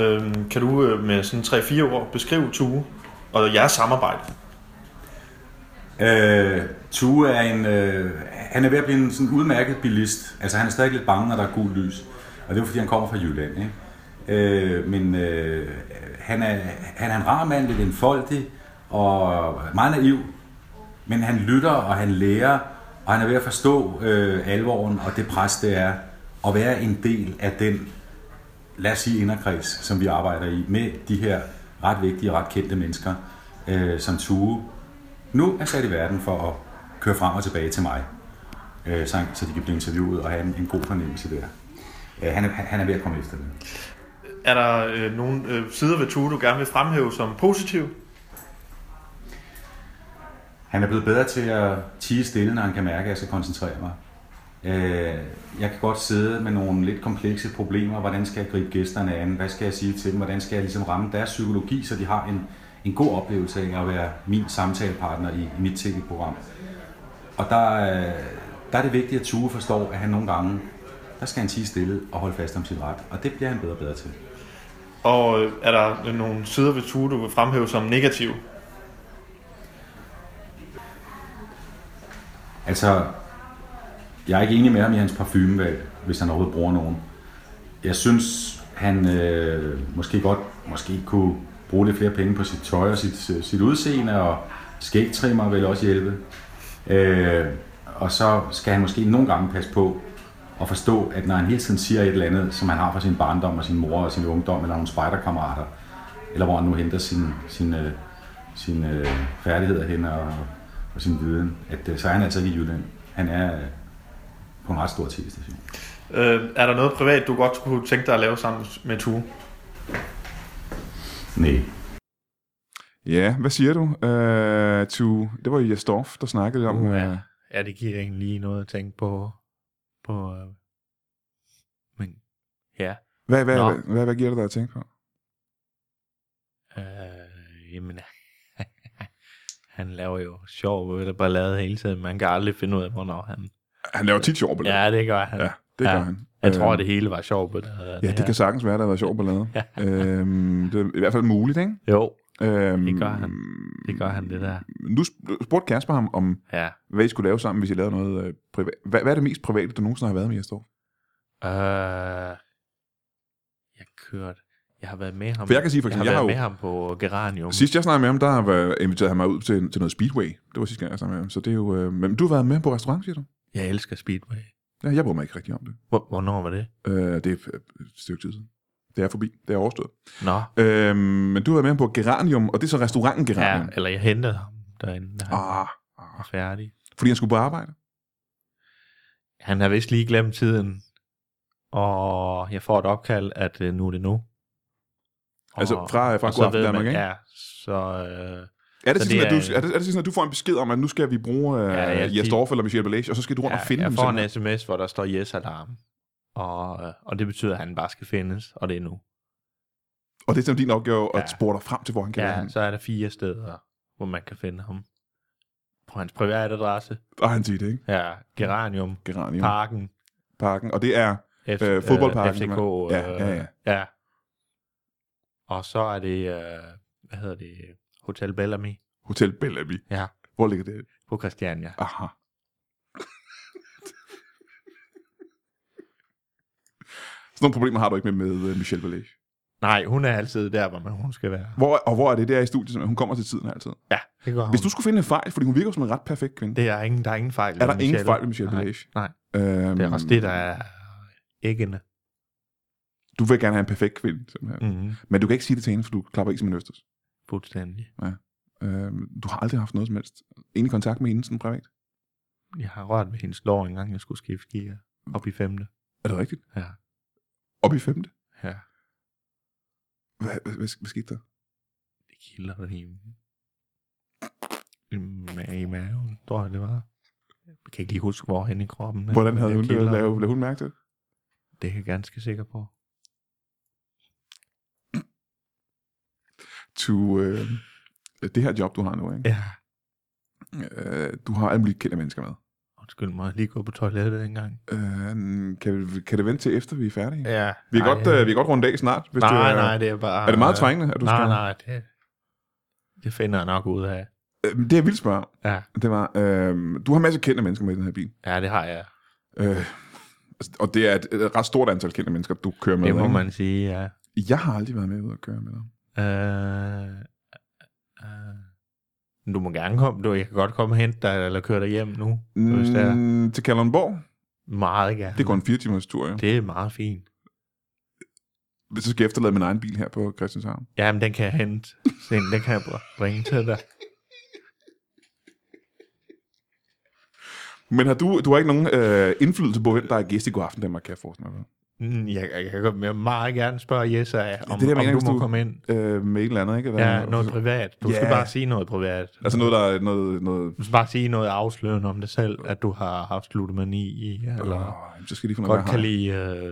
[SPEAKER 2] Øhm, kan du øh, med sådan 3-4 ord beskrive Tue og jeres samarbejde?
[SPEAKER 9] Øh, Tue er en, øh, Han er ved at blive en sådan udmærket bilist. Altså han er stadig lidt bange, når der er gult lys. Og det er jo fordi, han kommer fra Jylland. Ikke? Øh, men øh, han, er, han er en rar mand, lidt enfoldig og meget naiv. Men han lytter, og han lærer, og han er ved at forstå øh, alvoren og det pres, det er at være en del af den, lad os sige, inderkreds, som vi arbejder i, med de her ret vigtige og ret kendte mennesker, øh, som Tue nu er sat i verden for at køre frem og tilbage til mig, øh, så, han- så de kan blive interviewet og have en, en god fornemmelse der. Øh, han, er, han er ved at komme efter det.
[SPEAKER 8] Er der øh, nogle øh, sider ved Tue, du gerne vil fremhæve som positiv?
[SPEAKER 9] Han er blevet bedre til at tige stille, når han kan mærke, at jeg skal koncentrere mig. Øh, jeg kan godt sidde med nogle lidt komplekse problemer. Hvordan skal jeg gribe gæsterne an? Hvad skal jeg sige til dem? Hvordan skal jeg ligesom ramme deres psykologi, så de har en, en god oplevelse af at være min samtalepartner i, i mit tv-program? Og der, øh, der er det vigtigt, at Tue forstår, at han nogle gange, der skal han tige stille og holde fast om sin ret. Og det bliver han bedre og bedre til.
[SPEAKER 8] Og øh, er der øh, nogle sider ved Tue, du vil fremhæve som negativ?
[SPEAKER 9] Altså, jeg er ikke enig med ham i hans parfumevalg, hvis han overhovedet bruger nogen. Jeg synes, han øh, måske godt måske kunne bruge lidt flere penge på sit tøj og sit, sit udseende, og skægtrimmer vil også hjælpe. Øh, og så skal han måske nogle gange passe på at forstå, at når han hele tiden siger et eller andet, som han har fra sin barndom og sin mor og sin ungdom, eller nogle spejderkammerater, eller hvor han nu henter sin, sin, øh, sine øh, færdigheder hen og, og sin viden, at øh, så er han altså ikke i Jylland. Han er øh, på en ret stor tv-station.
[SPEAKER 8] Øh, er der noget privat, du godt kunne tænke dig at lave sammen med Tue?
[SPEAKER 9] Nej.
[SPEAKER 6] Ja, hvad siger du? Uh, to, det var jo Jastorf, der snakkede om...
[SPEAKER 8] Uh,
[SPEAKER 6] Uh,
[SPEAKER 8] ja. ja, det giver egentlig lige noget at tænke på. på øh. Men ja,
[SPEAKER 6] Hvad, hvad,
[SPEAKER 8] Nå.
[SPEAKER 6] hvad, hvad, hvad giver det dig at tænke på?
[SPEAKER 8] øh, jamen, han laver jo sjov eller ballade hele tiden. Man kan aldrig finde ud af, hvornår han...
[SPEAKER 6] Han laver tit sjov ballade.
[SPEAKER 8] Ja, det gør han.
[SPEAKER 6] ja,
[SPEAKER 8] Ja,
[SPEAKER 6] det gør
[SPEAKER 8] Ja.
[SPEAKER 6] han.
[SPEAKER 8] jeg tror,
[SPEAKER 6] Øhm,
[SPEAKER 8] at det hele var sjov ballade.
[SPEAKER 6] Ja, det kan sagtens være, der har været sjov ballade.
[SPEAKER 8] Ja.
[SPEAKER 6] øhm, det er i hvert fald muligt, ikke?
[SPEAKER 8] Jo,
[SPEAKER 6] Øhm,
[SPEAKER 8] Det gør han. det gør han det der.
[SPEAKER 6] Nu sp- spurgte Kasper ham om,
[SPEAKER 8] Ja.
[SPEAKER 6] hvad I skulle lave sammen, hvis I lavede noget øh, privat. Hvad, hvad er det mest private, du nogensinde har været med, Jastorf?
[SPEAKER 8] Øh, jeg kørte... Jeg har været med ham.
[SPEAKER 6] For jeg kan sige for eksempel,
[SPEAKER 8] jeg
[SPEAKER 6] jeg
[SPEAKER 8] har
[SPEAKER 6] har
[SPEAKER 8] været
[SPEAKER 6] jo-
[SPEAKER 8] med ham på Geranium.
[SPEAKER 6] Sidst jeg snakkede med ham, der var, inviterede han mig ud til, til noget Speedway. Det var sidste gang, jeg snakkede med ham. Så det er jo... Øh, men du har været med på restaurant, siger du?
[SPEAKER 8] Jeg elsker Speedway.
[SPEAKER 6] Ja, jeg bryder mig ikke rigtig om det.
[SPEAKER 8] Hvor, hvornår var det?
[SPEAKER 6] Øh, det er øh, et stykke tid siden. Det er forbi. Det er overstået.
[SPEAKER 8] Nå,
[SPEAKER 6] Øh, men du har været med ham på Geranium, og det er så restauranten
[SPEAKER 8] ja,
[SPEAKER 6] Geranium.
[SPEAKER 8] eller jeg hentede ham derinde, da han ah.
[SPEAKER 6] Ah,
[SPEAKER 8] var færdig.
[SPEAKER 6] fordi han skulle på arbejde?
[SPEAKER 8] Han har vist lige glemt tiden, og jeg får et opkald, at øh, nu er det nu.
[SPEAKER 6] Altså fra- fra
[SPEAKER 8] og så
[SPEAKER 6] Godaften
[SPEAKER 8] ved
[SPEAKER 6] Danmark, ikke?
[SPEAKER 8] Ja, så... Øh,
[SPEAKER 6] Er det,
[SPEAKER 8] Så
[SPEAKER 6] sådan,
[SPEAKER 8] det
[SPEAKER 6] at du,
[SPEAKER 8] er-
[SPEAKER 6] er, det, er det sådan, at du får en besked om, at nu skal vi bruge øh,
[SPEAKER 8] Ja,
[SPEAKER 6] ja,
[SPEAKER 8] ja, de-
[SPEAKER 6] ja, Jastorf eller Michel Balage, og så skal du rundt
[SPEAKER 8] ja,
[SPEAKER 6] og finde
[SPEAKER 8] jeg
[SPEAKER 6] dem
[SPEAKER 8] får
[SPEAKER 6] simpelthen?
[SPEAKER 8] en sms, hvor der står yes-alarm, og, øh, og det betyder, at han bare skal findes, og det er nu.
[SPEAKER 6] Og det er simpelthen din opgave at
[SPEAKER 8] Ja.
[SPEAKER 6] spore dig frem til, hvor han kan
[SPEAKER 8] Ja,
[SPEAKER 6] være. henne.
[SPEAKER 8] så er der fire steder, hvor man kan finde ham. På hans private adresse.
[SPEAKER 6] Og han siger det, ikke?
[SPEAKER 8] Ja, Geranium,
[SPEAKER 6] Geranium
[SPEAKER 8] Parken,
[SPEAKER 6] Parken. Og det er...
[SPEAKER 8] F-
[SPEAKER 6] Øh, fodboldparken,
[SPEAKER 8] FCK.
[SPEAKER 6] som er- ja,
[SPEAKER 8] øh,
[SPEAKER 6] ja,
[SPEAKER 8] ja. Og så er det, øh, hvad hedder det, Hotel Bellamy
[SPEAKER 6] Hotel Bellamy.
[SPEAKER 8] Ja.
[SPEAKER 6] Hvor ligger det?
[SPEAKER 8] på Christiania.
[SPEAKER 6] Aha. Sådan nogle problemer har du ikke med med øh, Michelle Ballet.
[SPEAKER 8] Nej, hun er altid der, hvor man, hun skal være.
[SPEAKER 6] Hvor, og hvor er det der i studiet? simpelthen? Hun kommer til tiden altid.
[SPEAKER 8] Ja, det gør hun.
[SPEAKER 6] Hvis du skulle finde en fejl, fordi hun virker som en ret perfekt kvinde. Det,
[SPEAKER 8] Det er ingen, der er ingen fejl.
[SPEAKER 6] er
[SPEAKER 8] ved
[SPEAKER 6] der Michelle. ingen
[SPEAKER 8] Michelle.
[SPEAKER 6] fejl ved Michelle
[SPEAKER 8] Nej,
[SPEAKER 6] Ballet?
[SPEAKER 8] nej.
[SPEAKER 6] Øhm,
[SPEAKER 8] Det er også det, der er æggene.
[SPEAKER 6] Du vil gerne have en perfekt kvinde, simpelthen. Mm.
[SPEAKER 8] Mm-hmm.
[SPEAKER 6] Men du kan ikke sige det til hende, for du klapper ikke som en østers.
[SPEAKER 8] Fuldstændig.
[SPEAKER 6] Øhm, du har aldrig haft noget som helst. Enig kontakt med hende sådan privat.
[SPEAKER 8] Jeg har rørt ved hendes lår, engang jeg skulle skifte gear op i femte.
[SPEAKER 6] Er det rigtigt?
[SPEAKER 8] Ja.
[SPEAKER 6] Op i femte?
[SPEAKER 8] Ja,
[SPEAKER 6] Hvad, hvad, hvad, hvad skete der?
[SPEAKER 8] det kilder i, i, ma- i maven, tror jeg det var. Jeg kan ikke lige huske, hvor hen i kroppen. men
[SPEAKER 6] Hvordan havde hun det?
[SPEAKER 8] kilder.
[SPEAKER 6] Lade, lade hun mærke til det?
[SPEAKER 8] Det er jeg ganske sikker på.
[SPEAKER 6] to øh, det her job, du har nu. Ikke?
[SPEAKER 8] Ja.
[SPEAKER 6] Øh, du har alle mulige kendte mennesker med.
[SPEAKER 8] Undskyld mig, lige gå på toilettet en gang.
[SPEAKER 6] Øh, kan, vi- kan det vente til efter, vi er færdige? Ja. Vi, er
[SPEAKER 8] nej,
[SPEAKER 6] godt, øh, vi er godt rundt af snart. Hvis du
[SPEAKER 8] nej,
[SPEAKER 6] er,
[SPEAKER 8] nej, det er bare...
[SPEAKER 6] Er det meget trængende, at du
[SPEAKER 8] nej,
[SPEAKER 6] skal...
[SPEAKER 8] nej, det, det finder jeg nok ud af.
[SPEAKER 6] Øh, det jeg ville spørge om,
[SPEAKER 8] Ja.
[SPEAKER 6] det var, øh, du har masser af kendte mennesker med i den her bil.
[SPEAKER 8] Ja, det har jeg.
[SPEAKER 6] Øh, og det er et, et ret stort antal kendte mennesker, du kører med.
[SPEAKER 8] Det må
[SPEAKER 6] ikke?
[SPEAKER 8] man sige, ja.
[SPEAKER 6] Jeg har aldrig været med ud at køre med dig.
[SPEAKER 8] Øh, øh, du må gerne komme. Du, jeg kan godt komme og hente dig, eller køre dig hjem nu. Mm. Hvis det er
[SPEAKER 6] Mm, til Kalundborg?
[SPEAKER 8] meget gerne.
[SPEAKER 6] Det går en fire timers tur, ja.
[SPEAKER 8] det er meget fint.
[SPEAKER 6] Så skal jeg efterlade min egen bil her på Christianshavn.
[SPEAKER 8] Jamen, den kan jeg hente. Sen, den kan jeg br- bringe til dig.
[SPEAKER 6] Men har du, du har ikke nogen øh, indflydelse på, hvem der er gæst i god aften Danmark, kan jeg forestille mig. vel?
[SPEAKER 8] Mm, Jeg, jeg, kan godt- jeg vil meget gerne spørge Jessa, om,
[SPEAKER 6] der,
[SPEAKER 8] om,
[SPEAKER 6] jeg mener,
[SPEAKER 8] om
[SPEAKER 6] hvis
[SPEAKER 8] du må
[SPEAKER 6] du-
[SPEAKER 8] komme ind.
[SPEAKER 6] Øh, med et eller andet, ikke? Hvad-
[SPEAKER 8] Ja, noget privat. Du yeah.
[SPEAKER 6] Ja.
[SPEAKER 8] skal bare sige noget privat.
[SPEAKER 6] Altså noget, der er noget... noget
[SPEAKER 8] Du skal bare sige noget afslørende om dig selv, at du har haft ludomani i,
[SPEAKER 6] Åh,
[SPEAKER 8] eller oh,
[SPEAKER 6] jamen, så skal jeg lige finde ud af,
[SPEAKER 8] godt
[SPEAKER 6] hvad
[SPEAKER 8] kan
[SPEAKER 6] jeg har.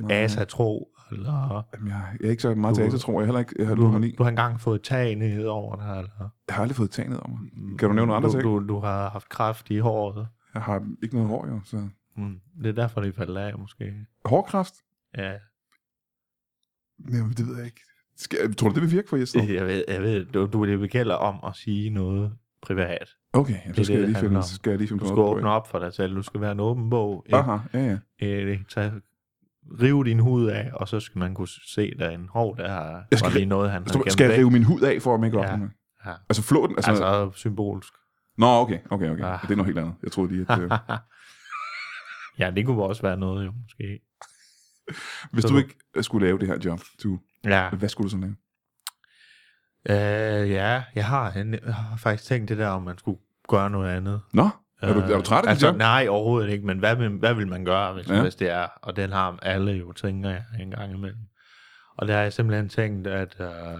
[SPEAKER 8] lide øh, asatro, eller
[SPEAKER 6] Jamen, jeg, jeg er ikke så meget til
[SPEAKER 8] Du-
[SPEAKER 6] aser, tror jeg. Heller ikke, jeg har,
[SPEAKER 8] du,
[SPEAKER 6] ludomani.
[SPEAKER 8] du har engang fået tag ned over dig, eller
[SPEAKER 6] jeg har aldrig fået tag ned over mig. Kan du nævne nogle andre
[SPEAKER 8] Mm, du,
[SPEAKER 6] ting?
[SPEAKER 8] du, du har haft kraft i håret.
[SPEAKER 6] Jeg har ikke noget hår, jo. Så.
[SPEAKER 8] Mm. Det er derfor, det falder af, måske.
[SPEAKER 6] Hårkræft?
[SPEAKER 8] Ja,
[SPEAKER 6] Jamen, det ved jeg ikke. Skal, tror du, det vil virke for Jesper?
[SPEAKER 8] jeg ved, jeg ved du, du det gælder om at sige noget privat.
[SPEAKER 6] Okay, jamen, så
[SPEAKER 8] det,
[SPEAKER 6] skal, jeg
[SPEAKER 8] det
[SPEAKER 6] lige
[SPEAKER 8] handler
[SPEAKER 6] finde,
[SPEAKER 8] om.
[SPEAKER 6] så skal jeg lige finde
[SPEAKER 8] Du
[SPEAKER 6] på
[SPEAKER 8] skal
[SPEAKER 6] noget.
[SPEAKER 8] åbne op for dig selv. Du skal være en åben bog.
[SPEAKER 6] privat. Aha, ja, ja.
[SPEAKER 8] Øh, tage, rive din hud af, og så skal man kunne se, der er en hår, der har
[SPEAKER 6] Jeg skal
[SPEAKER 8] var lige noget, han
[SPEAKER 6] Så
[SPEAKER 8] har gemt
[SPEAKER 6] skal jeg
[SPEAKER 8] væk.
[SPEAKER 6] rive min hud af for at make
[SPEAKER 8] Ja.
[SPEAKER 6] up?
[SPEAKER 8] Ja.
[SPEAKER 6] Altså flå den? Altså, altså,
[SPEAKER 8] Altså symbolsk.
[SPEAKER 6] Nå, okay, okay, okay.
[SPEAKER 8] Ah.
[SPEAKER 6] Det er noget helt andet. Jeg troede lige, at... Øh,
[SPEAKER 8] ja, det kunne også være noget, jo, måske.
[SPEAKER 6] hvis
[SPEAKER 8] Så
[SPEAKER 6] du
[SPEAKER 8] du-
[SPEAKER 6] ikke skulle lave det her job, du,
[SPEAKER 8] Ja,
[SPEAKER 6] hvad skulle du så lave?
[SPEAKER 8] øh, ja jeg, har, en- jeg har faktisk tænkt det der, om man skulle gøre noget andet.
[SPEAKER 6] Nå, er du, er du
[SPEAKER 8] Øh,
[SPEAKER 6] træt af
[SPEAKER 8] altså,
[SPEAKER 6] dit job?
[SPEAKER 8] Nej, overhovedet ikke, men hvad vil, hvad vil man gøre, hvis,
[SPEAKER 6] Ja.
[SPEAKER 8] ja. hvis det er? Og den har alle jo, tænker jeg, en gang imellem. Og der har jeg simpelthen tænkt, at, øh,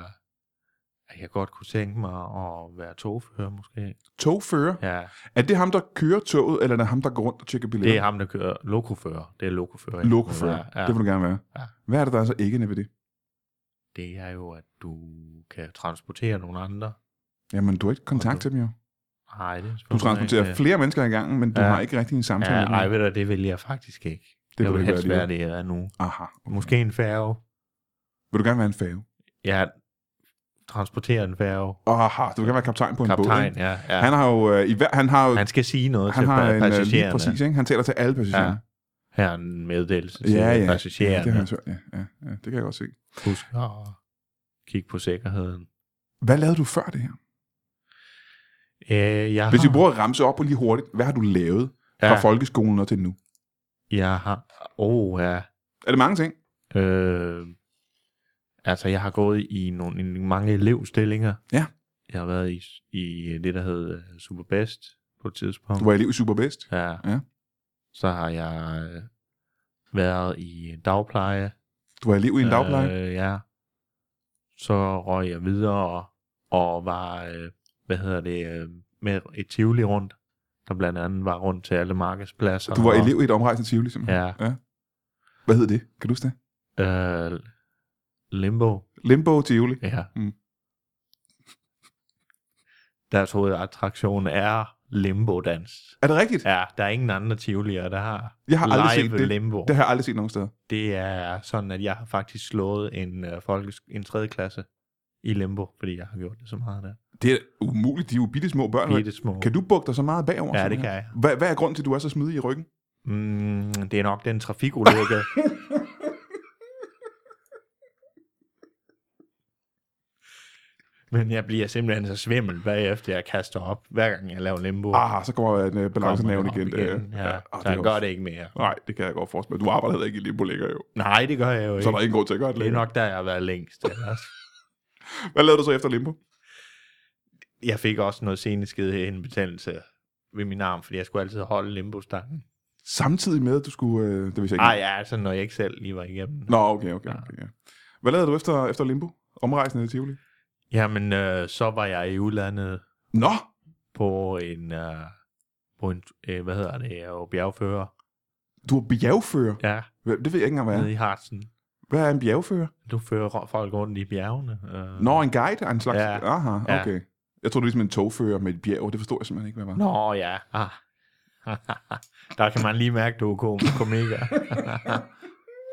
[SPEAKER 8] at jeg godt kunne tænke mig at være togfører måske.
[SPEAKER 6] Togfører?
[SPEAKER 8] Ja,
[SPEAKER 6] Er det ham, der kører toget, eller er det ham, der går rundt og tjekker billetter?
[SPEAKER 8] det er ham, der kører lokofører. Det er lokofører. jeg
[SPEAKER 6] Lokofører.
[SPEAKER 8] vil være. Ja,
[SPEAKER 6] Det vil du gerne være.
[SPEAKER 8] Ja.
[SPEAKER 6] Hvad er det, der er så æggende ved det?
[SPEAKER 8] det er jo, at du kan transportere nogle andre.
[SPEAKER 6] Jamen, du har ikke kontakt
[SPEAKER 8] Og
[SPEAKER 6] til dem jo.
[SPEAKER 8] Nej, det er
[SPEAKER 6] Du
[SPEAKER 8] selvfølgelig
[SPEAKER 6] transporterer
[SPEAKER 8] ikke.
[SPEAKER 6] flere mennesker i gangen, men du
[SPEAKER 8] Ja.
[SPEAKER 6] har ikke rigtig en samtale
[SPEAKER 8] Ja,
[SPEAKER 6] med dem.
[SPEAKER 8] nej, ved du, det vil jeg faktisk ikke.
[SPEAKER 6] det
[SPEAKER 8] Det jeg
[SPEAKER 6] vil
[SPEAKER 8] vil
[SPEAKER 6] du ikke
[SPEAKER 8] helst
[SPEAKER 6] gøre
[SPEAKER 8] være det, jeg er nu.
[SPEAKER 6] Aha.
[SPEAKER 8] Måske en færge.
[SPEAKER 6] Vil du gerne være en fave?
[SPEAKER 8] Ja, transportere en færge.
[SPEAKER 6] Aha, du vil gerne være kaptajn på en båd.
[SPEAKER 8] Kaptajn,
[SPEAKER 6] ikke?
[SPEAKER 8] ja. ja.
[SPEAKER 6] Han har jo, øh, i hver, han har jo,
[SPEAKER 8] Han skal sige noget
[SPEAKER 6] han
[SPEAKER 8] til
[SPEAKER 6] har en, øh, lige
[SPEAKER 8] passagererne.
[SPEAKER 6] præcis, ikke? Han taler til alle passagererne.
[SPEAKER 8] Her er en meddelelse til
[SPEAKER 6] ja, det
[SPEAKER 8] passagererne.
[SPEAKER 6] har jeg hørt. Ja, ja, ja, det kan jeg godt se.
[SPEAKER 8] Husk at kigge på sikkerheden.
[SPEAKER 6] Hvad lavede du før det her?
[SPEAKER 8] Øh, jeg,
[SPEAKER 6] Hvis vi
[SPEAKER 8] har,
[SPEAKER 6] bruger at ramse op og lige hurtigt, hvad har du lavet fra
[SPEAKER 8] Ja.
[SPEAKER 6] folkeskolen og til nu?
[SPEAKER 8] jeg har... Oh, ja.
[SPEAKER 6] Er det mange ting?
[SPEAKER 8] Øh, altså, jeg har gået i nogle, i mange elevstillinger.
[SPEAKER 6] Ja.
[SPEAKER 8] Jeg har været i, i det, der hed øh, Superbest på et tidspunkt.
[SPEAKER 6] Du var elev i Superbest.
[SPEAKER 8] Ja.
[SPEAKER 6] Ja.
[SPEAKER 8] Så har jeg øh, været i dagpleje.
[SPEAKER 6] Du var elev i en dagpleje.
[SPEAKER 8] Øh, ja. Så røg jeg videre og, og var, øh, hvad hedder det, øh, med et tivoli rundt, der blandt andet var rundt til alle markedspladser.
[SPEAKER 6] Du var
[SPEAKER 8] og-
[SPEAKER 6] elev i et omrejsende Tivoli, simpelthen.
[SPEAKER 8] Ja.
[SPEAKER 6] Hvad hed det? Kan du huske det?
[SPEAKER 8] Øh, limbo.
[SPEAKER 6] Limbo Tivoli.
[SPEAKER 8] Ja.
[SPEAKER 6] Mm.
[SPEAKER 8] Mm. Deres hovedattraktion er limbo-dans.
[SPEAKER 6] Er det rigtigt?
[SPEAKER 8] Ja, der er ingen andre tivolier, der har
[SPEAKER 6] Jeg har aldrig
[SPEAKER 8] live
[SPEAKER 6] set det.
[SPEAKER 8] limbo.
[SPEAKER 6] Det har jeg aldrig set nogen steder.
[SPEAKER 8] Det er sådan, at jeg har faktisk slået en, øh, folkes- en 3. klasse i limbo, fordi jeg har gjort det så meget der.
[SPEAKER 6] Det er umuligt. De er jo bitte små børn. hva'?
[SPEAKER 8] Bitte små.
[SPEAKER 6] Kan du bukke dig så meget bagover?
[SPEAKER 8] Ja, det
[SPEAKER 6] simpelthen?
[SPEAKER 8] kan jeg.
[SPEAKER 6] Hvad, hvad er grunden til, at du er så smidig i ryggen?
[SPEAKER 8] Mm, det er nok den trafikulykke. Men jeg bliver simpelthen så svimmel bagefter, jeg kaster op, hver gang jeg laver limbo.
[SPEAKER 6] Ah, så kommer en uh, balancenævn
[SPEAKER 8] Kommer
[SPEAKER 6] igen.
[SPEAKER 8] jeg op igen. Ja,
[SPEAKER 6] ah,
[SPEAKER 8] så jeg
[SPEAKER 6] er
[SPEAKER 8] gør
[SPEAKER 6] også-
[SPEAKER 8] det ikke mere.
[SPEAKER 6] Nej, det kan jeg godt forestille mig. Du arbejder heller ikke i limbo længere jo.
[SPEAKER 8] Nej, det gør jeg jo ikke.
[SPEAKER 6] Så er der ingen grund til at gøre det
[SPEAKER 8] det er
[SPEAKER 6] længere.
[SPEAKER 8] nok der, jeg har været længst ellers.
[SPEAKER 6] Hvad lavede du så efter limbo?
[SPEAKER 8] Jeg fik også noget seneskede indbetændelse ved min arm, fordi jeg skulle altid holde limbostangen.
[SPEAKER 6] Samtidig med, at du skulle... Øh, det vidste jeg
[SPEAKER 8] Ej,
[SPEAKER 6] ikke.
[SPEAKER 8] ja, altså når jeg ikke selv lige var igennem.
[SPEAKER 6] Nå, okay, okay. okay ja. Hvad lavede du efter, efter limbo? Omrejsende i Tivoli?
[SPEAKER 8] Jamen, øh, så var jeg i udlandet
[SPEAKER 6] Nå!
[SPEAKER 8] på en, øh, på en øh, hvad hedder det, jeg er jo bjergfører.
[SPEAKER 6] Du er bjergfører.
[SPEAKER 8] Ja,
[SPEAKER 6] Hvad- Det ved jeg ikke engang, hvad
[SPEAKER 8] ja.
[SPEAKER 6] er.
[SPEAKER 8] nede i Hartsen.
[SPEAKER 6] Hvad er en bjergfører?
[SPEAKER 8] Du fører ro- folk rundt i bjergene. Øh.
[SPEAKER 6] Nå, en guide er en slags...
[SPEAKER 8] Ja.
[SPEAKER 6] Aha,
[SPEAKER 8] Ja.
[SPEAKER 6] okay. Jeg troede, det var ligesom en togfører med et bjerg. Det forstod jeg simpelthen ikke, hvad var.
[SPEAKER 8] Nå, ja. Ah. Der kan man lige mærke, du er kom- komiker.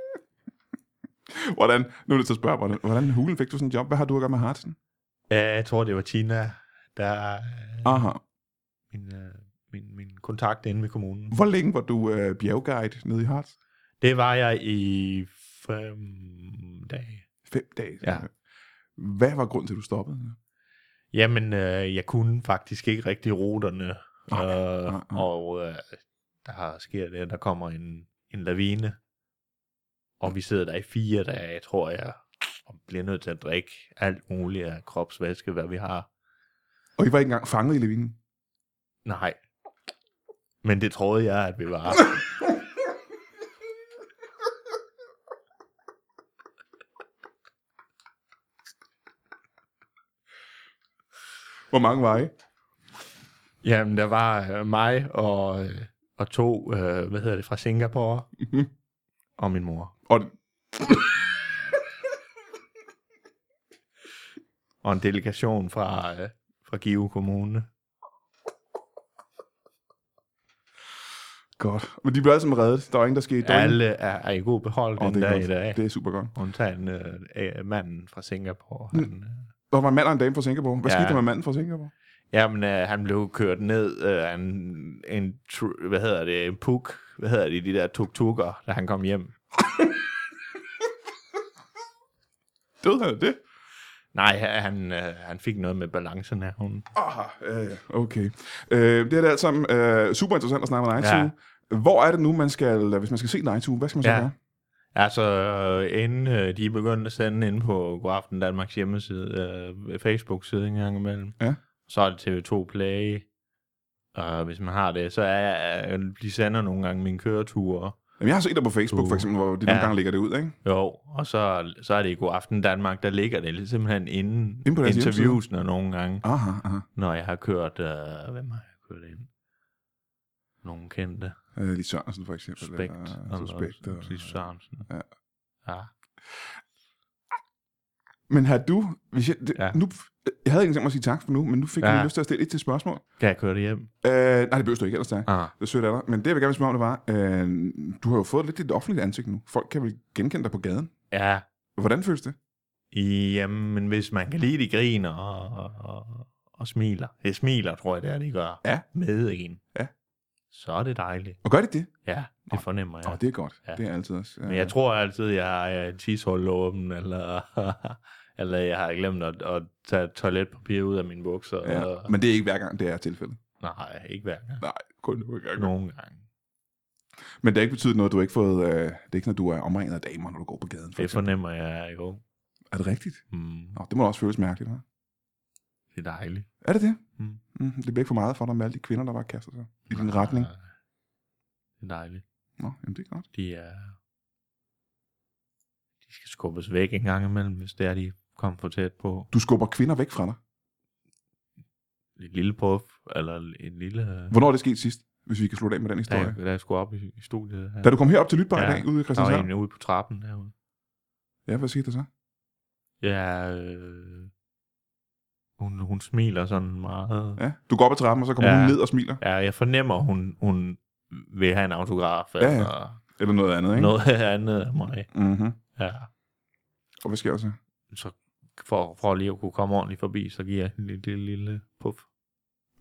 [SPEAKER 6] Hvordan, nu er det til at spørge, hvordan, hvordan hulen fik du sådan en job? Hvad har du at gøre med Hartsen?
[SPEAKER 8] Ja, jeg tror, det var Tina, der er
[SPEAKER 6] Aha.
[SPEAKER 8] min, øh, min, min kontakt inde ved kommunen.
[SPEAKER 6] Hvor længe var du øh, bjergguide nede i Harts?
[SPEAKER 8] Det var jeg i fem dage.
[SPEAKER 6] Fem dage?
[SPEAKER 8] Ja.
[SPEAKER 6] Hvad var grunden til, at du stoppede?
[SPEAKER 8] Jamen, øh, jeg kunne faktisk ikke rigtig ruterne.
[SPEAKER 6] Nej,
[SPEAKER 8] øh,
[SPEAKER 6] nej, nej.
[SPEAKER 8] Og øh, der sker det, at der kommer en, en lavine. Og vi sidder der i fire dage, tror jeg. Og bliver nødt til at drikke alt muligt af kropsvæske, hvad vi har.
[SPEAKER 6] Og I var ikke engang fanget i levinen?
[SPEAKER 8] Nej. Men det troede jeg, at vi var.
[SPEAKER 6] Hvor mange var I?
[SPEAKER 8] Jamen, der var øh, mig og, øh, og to, øh, hvad hedder det, fra Singapore.
[SPEAKER 6] Mhm.
[SPEAKER 8] Og min mor.
[SPEAKER 6] Og
[SPEAKER 8] Og en delegation fra, øh, fra Give Kommune.
[SPEAKER 6] godt. Men de blev alle sammen reddet. Der var ingen, der skete dårligt.
[SPEAKER 8] Alle er, er i god behold
[SPEAKER 6] Åh,
[SPEAKER 8] den
[SPEAKER 6] det er
[SPEAKER 8] dag i
[SPEAKER 6] godt.
[SPEAKER 8] dag.
[SPEAKER 6] Det er super godt.
[SPEAKER 8] Undtagen øh, øh, manden fra Singapore. Han, øh,
[SPEAKER 6] Der var en mand og en dame fra Singapore. Hvad
[SPEAKER 8] Ja.
[SPEAKER 6] ja. skete der med manden fra Singapore?
[SPEAKER 8] jamen, øh, han blev kørt ned af øh, en, en tr- hvad hedder det, en puk, hvad hedder det, de der tuk-tukker, da han kom hjem.
[SPEAKER 6] Døde han af det?
[SPEAKER 8] Nej, han, øh, han fik noget med balancen af hunden.
[SPEAKER 6] Aha, øh, okay. Øh, det er det alt sammen øh, super interessant at snakke med Nightzoo. Ja. Hvor er det nu, man skal, hvis man skal se Nightzoo, hvad skal man så
[SPEAKER 8] Ja.
[SPEAKER 6] gøre?
[SPEAKER 8] Altså, øh, inden øh, de er begyndt at sende ind på Godaften Danmarks hjemmeside, øh, Facebook-side en gang imellem,
[SPEAKER 6] Ja.
[SPEAKER 8] så er det TV2 Play, og hvis man har det, så er øh, de sender nogle gange mine køreture,
[SPEAKER 6] Jamen, jeg har set dig på Facebook,
[SPEAKER 8] Du-
[SPEAKER 6] for eksempel, hvor de nogle
[SPEAKER 8] Uh. Ja.
[SPEAKER 6] gange lægger det ud, ikke?
[SPEAKER 8] Jo, og så, så er det i God Aften Danmark, der ligger det lidt simpelthen inden
[SPEAKER 6] Inde på deres
[SPEAKER 8] interviewsene nogle gange,
[SPEAKER 6] Aha, aha.
[SPEAKER 8] når jeg har kørt, øh, hvem har jeg kørt ind? Nogle kendte.
[SPEAKER 6] Øh, Lis Sørensen, for eksempel.
[SPEAKER 8] Suspekt.
[SPEAKER 6] Eller, øh, suspekt. Og,
[SPEAKER 8] Lis Sørensen.
[SPEAKER 6] Ja.
[SPEAKER 8] ja.
[SPEAKER 6] men har du... Hvis jeg, det,
[SPEAKER 8] Ja.
[SPEAKER 6] ja. nu, jeg havde ikke tænkt mig at sige tak for nu, men nu fik
[SPEAKER 8] Ja.
[SPEAKER 6] ja. jeg lige lyst til at stille et til spørgsmål.
[SPEAKER 8] Kan jeg køre det hjem?
[SPEAKER 6] Øh, nej, det behøver du ikke, ellers tak.
[SPEAKER 8] Ah.
[SPEAKER 6] Det er sødt af dig. Men det, jeg vil gerne spørge om, det var, øh, du har jo fået lidt dit offentlige ansigt nu. Folk kan vel genkende dig på gaden.
[SPEAKER 8] Ja,
[SPEAKER 6] Hvordan føles det?
[SPEAKER 8] jamen hvis man kan lide, de griner og, og, og, og smiler. Det smiler, tror jeg, det er, de gør.
[SPEAKER 6] Ja.
[SPEAKER 8] Med en.
[SPEAKER 6] Ja.
[SPEAKER 8] Så er det dejligt.
[SPEAKER 6] Og gør det det?
[SPEAKER 8] Ja, det fornemmer jeg.
[SPEAKER 6] Åh, oh, det er godt.
[SPEAKER 8] Ja.
[SPEAKER 6] Ja. Det er altid også. øh,
[SPEAKER 8] Men jeg tror altid, jeg har øh, et tishul åben, eller, eller jeg har glemt at, at tage toiletpapir ud af mine bukser. Eller,
[SPEAKER 6] Ja, men det er ikke hver gang, det er tilfældet.
[SPEAKER 8] Nej, ikke hver gang.
[SPEAKER 6] Nej, kun nogle gange.
[SPEAKER 8] Nogle gange.
[SPEAKER 6] Men det har ikke betydet noget, du har ikke fået... Øh, det er ikke, når du er omringet af damer, når du går på gaden. For
[SPEAKER 8] Det
[SPEAKER 6] eksempel.
[SPEAKER 8] fornemmer jeg jo.
[SPEAKER 6] Er det rigtigt?
[SPEAKER 8] Mm,
[SPEAKER 6] Nå, det må da også føles mærkeligt, hva'?
[SPEAKER 8] det er dejligt.
[SPEAKER 6] Er det det?
[SPEAKER 8] Mm.
[SPEAKER 6] Mm, det bliver ikke for meget for dig med alle de kvinder, der bare kaster sig i din retning.
[SPEAKER 8] Nej, Øh, Det er dejligt.
[SPEAKER 6] Nå, jamen det er godt.
[SPEAKER 8] De er... De skal skubbes væk en gang imellem, hvis det er, de kommer for tæt på.
[SPEAKER 6] Du skubber kvinder væk fra dig.
[SPEAKER 8] Et lille puff, eller en lille... øh,
[SPEAKER 6] Hvornår er det sket sidst, hvis vi kan slutte af med den
[SPEAKER 8] Da
[SPEAKER 6] historie?
[SPEAKER 8] jeg, da jeg skulle op i, i studiet her.
[SPEAKER 6] Da du kom herop til Lytbar
[SPEAKER 8] Ja,
[SPEAKER 6] i dag, ude i
[SPEAKER 8] der var
[SPEAKER 6] Christianshavn.
[SPEAKER 8] en ude på trappen herude.
[SPEAKER 6] Ja, hvad skete der så?
[SPEAKER 8] Ja, øh, hun, hun smiler sådan meget.
[SPEAKER 6] Ja, du går op ad trappen, og så kommer
[SPEAKER 8] Ja.
[SPEAKER 6] ja. hun ned og smiler.
[SPEAKER 8] Ja, jeg fornemmer, hun, hun vil have en autograf
[SPEAKER 6] ja.
[SPEAKER 8] eller
[SPEAKER 6] Eller noget andet, ikke?
[SPEAKER 8] noget andet af mig.
[SPEAKER 6] Mm-hmm.
[SPEAKER 8] Ja.
[SPEAKER 6] Og hvad sker der så?
[SPEAKER 8] Så for, for lige at kunne komme ordentligt forbi, så giver jeg hende et lille, lille puff.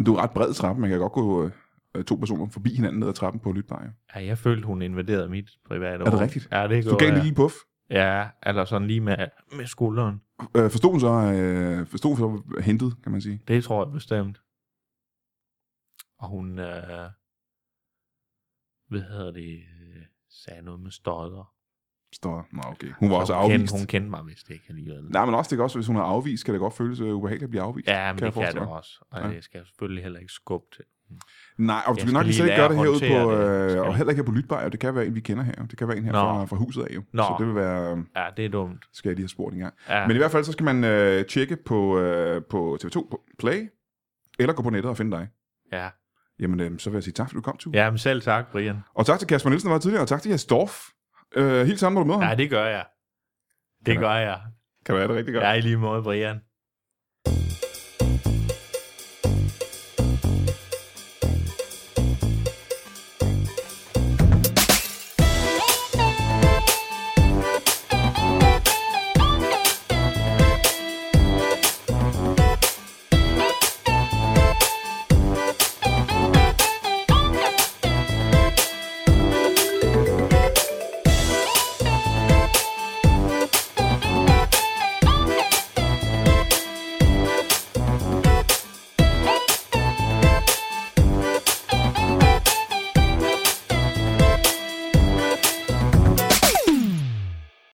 [SPEAKER 6] Du er ret bred trappe, man kan godt gå øh, to personer forbi hinanden ned ad trappen på Lytbar. Ja.
[SPEAKER 8] Ja, jeg følte, hun invaderede mit private
[SPEAKER 6] det
[SPEAKER 8] rum.
[SPEAKER 6] rigtigt?
[SPEAKER 8] Ja, det
[SPEAKER 6] Så du gav
[SPEAKER 8] gjorde
[SPEAKER 6] en
[SPEAKER 8] jeg.
[SPEAKER 6] lille puff.
[SPEAKER 8] Ja, eller sådan lige med, med skulderen.
[SPEAKER 6] Øh, forstod hun så, øh, forstod hun så hentet, kan man sige.
[SPEAKER 8] Det tror jeg bestemt. Og hun, øh, hvad hedder det, øh, sagde noget med stodder.
[SPEAKER 6] Står, nå okay. Hun var
[SPEAKER 8] Så
[SPEAKER 6] også
[SPEAKER 8] hun
[SPEAKER 6] afvist.
[SPEAKER 8] Kendte, hun kendte mig vist ikke alligevel.
[SPEAKER 6] Nej, men også det kan også, hvis hun er afvist, kan det godt føles øh, ubehageligt at blive afvist.
[SPEAKER 8] ja, men
[SPEAKER 6] jeg
[SPEAKER 8] det kan
[SPEAKER 6] forestille
[SPEAKER 8] det
[SPEAKER 6] mig.
[SPEAKER 8] også. Og
[SPEAKER 6] Ja.
[SPEAKER 8] det skal jeg selvfølgelig heller ikke skubbe til.
[SPEAKER 6] Nej, og
[SPEAKER 8] Jeg
[SPEAKER 6] du skal
[SPEAKER 8] skal
[SPEAKER 6] nok
[SPEAKER 8] lige
[SPEAKER 6] lige selv
[SPEAKER 8] lære
[SPEAKER 6] gøre det
[SPEAKER 8] at
[SPEAKER 6] herude på,
[SPEAKER 8] håndtere det. Skal
[SPEAKER 6] øh, og
[SPEAKER 8] jeg?
[SPEAKER 6] heller ikke her på Lytbar, og det kan være en, vi kender her. jo. Det kan være en her
[SPEAKER 8] Nå.
[SPEAKER 6] fra, fra huset af jo.
[SPEAKER 8] Nå.
[SPEAKER 6] Så det vil være, øh,
[SPEAKER 8] Ja, det er dumt.
[SPEAKER 6] skal jeg lige have spurgt en gang.
[SPEAKER 8] Ja,
[SPEAKER 6] Men i hvert fald, så skal man øh, tjekke på, øh, på TV2 på Play, eller gå på nettet og finde dig.
[SPEAKER 8] ja.
[SPEAKER 6] Jamen, øh, så vil jeg sige tak, fordi du kom, til.
[SPEAKER 8] ja men selv tak, Brian.
[SPEAKER 6] Og tak til Kasper Nielsen, der var tidligere, og tak til Jes Dorf. Øh, helt sammen, når du møder
[SPEAKER 8] Ja,
[SPEAKER 6] ham.
[SPEAKER 8] det gør jeg. Det gør jeg.
[SPEAKER 6] Kan du have det rigtig godt.
[SPEAKER 8] Jeg er i lige måde, Brian.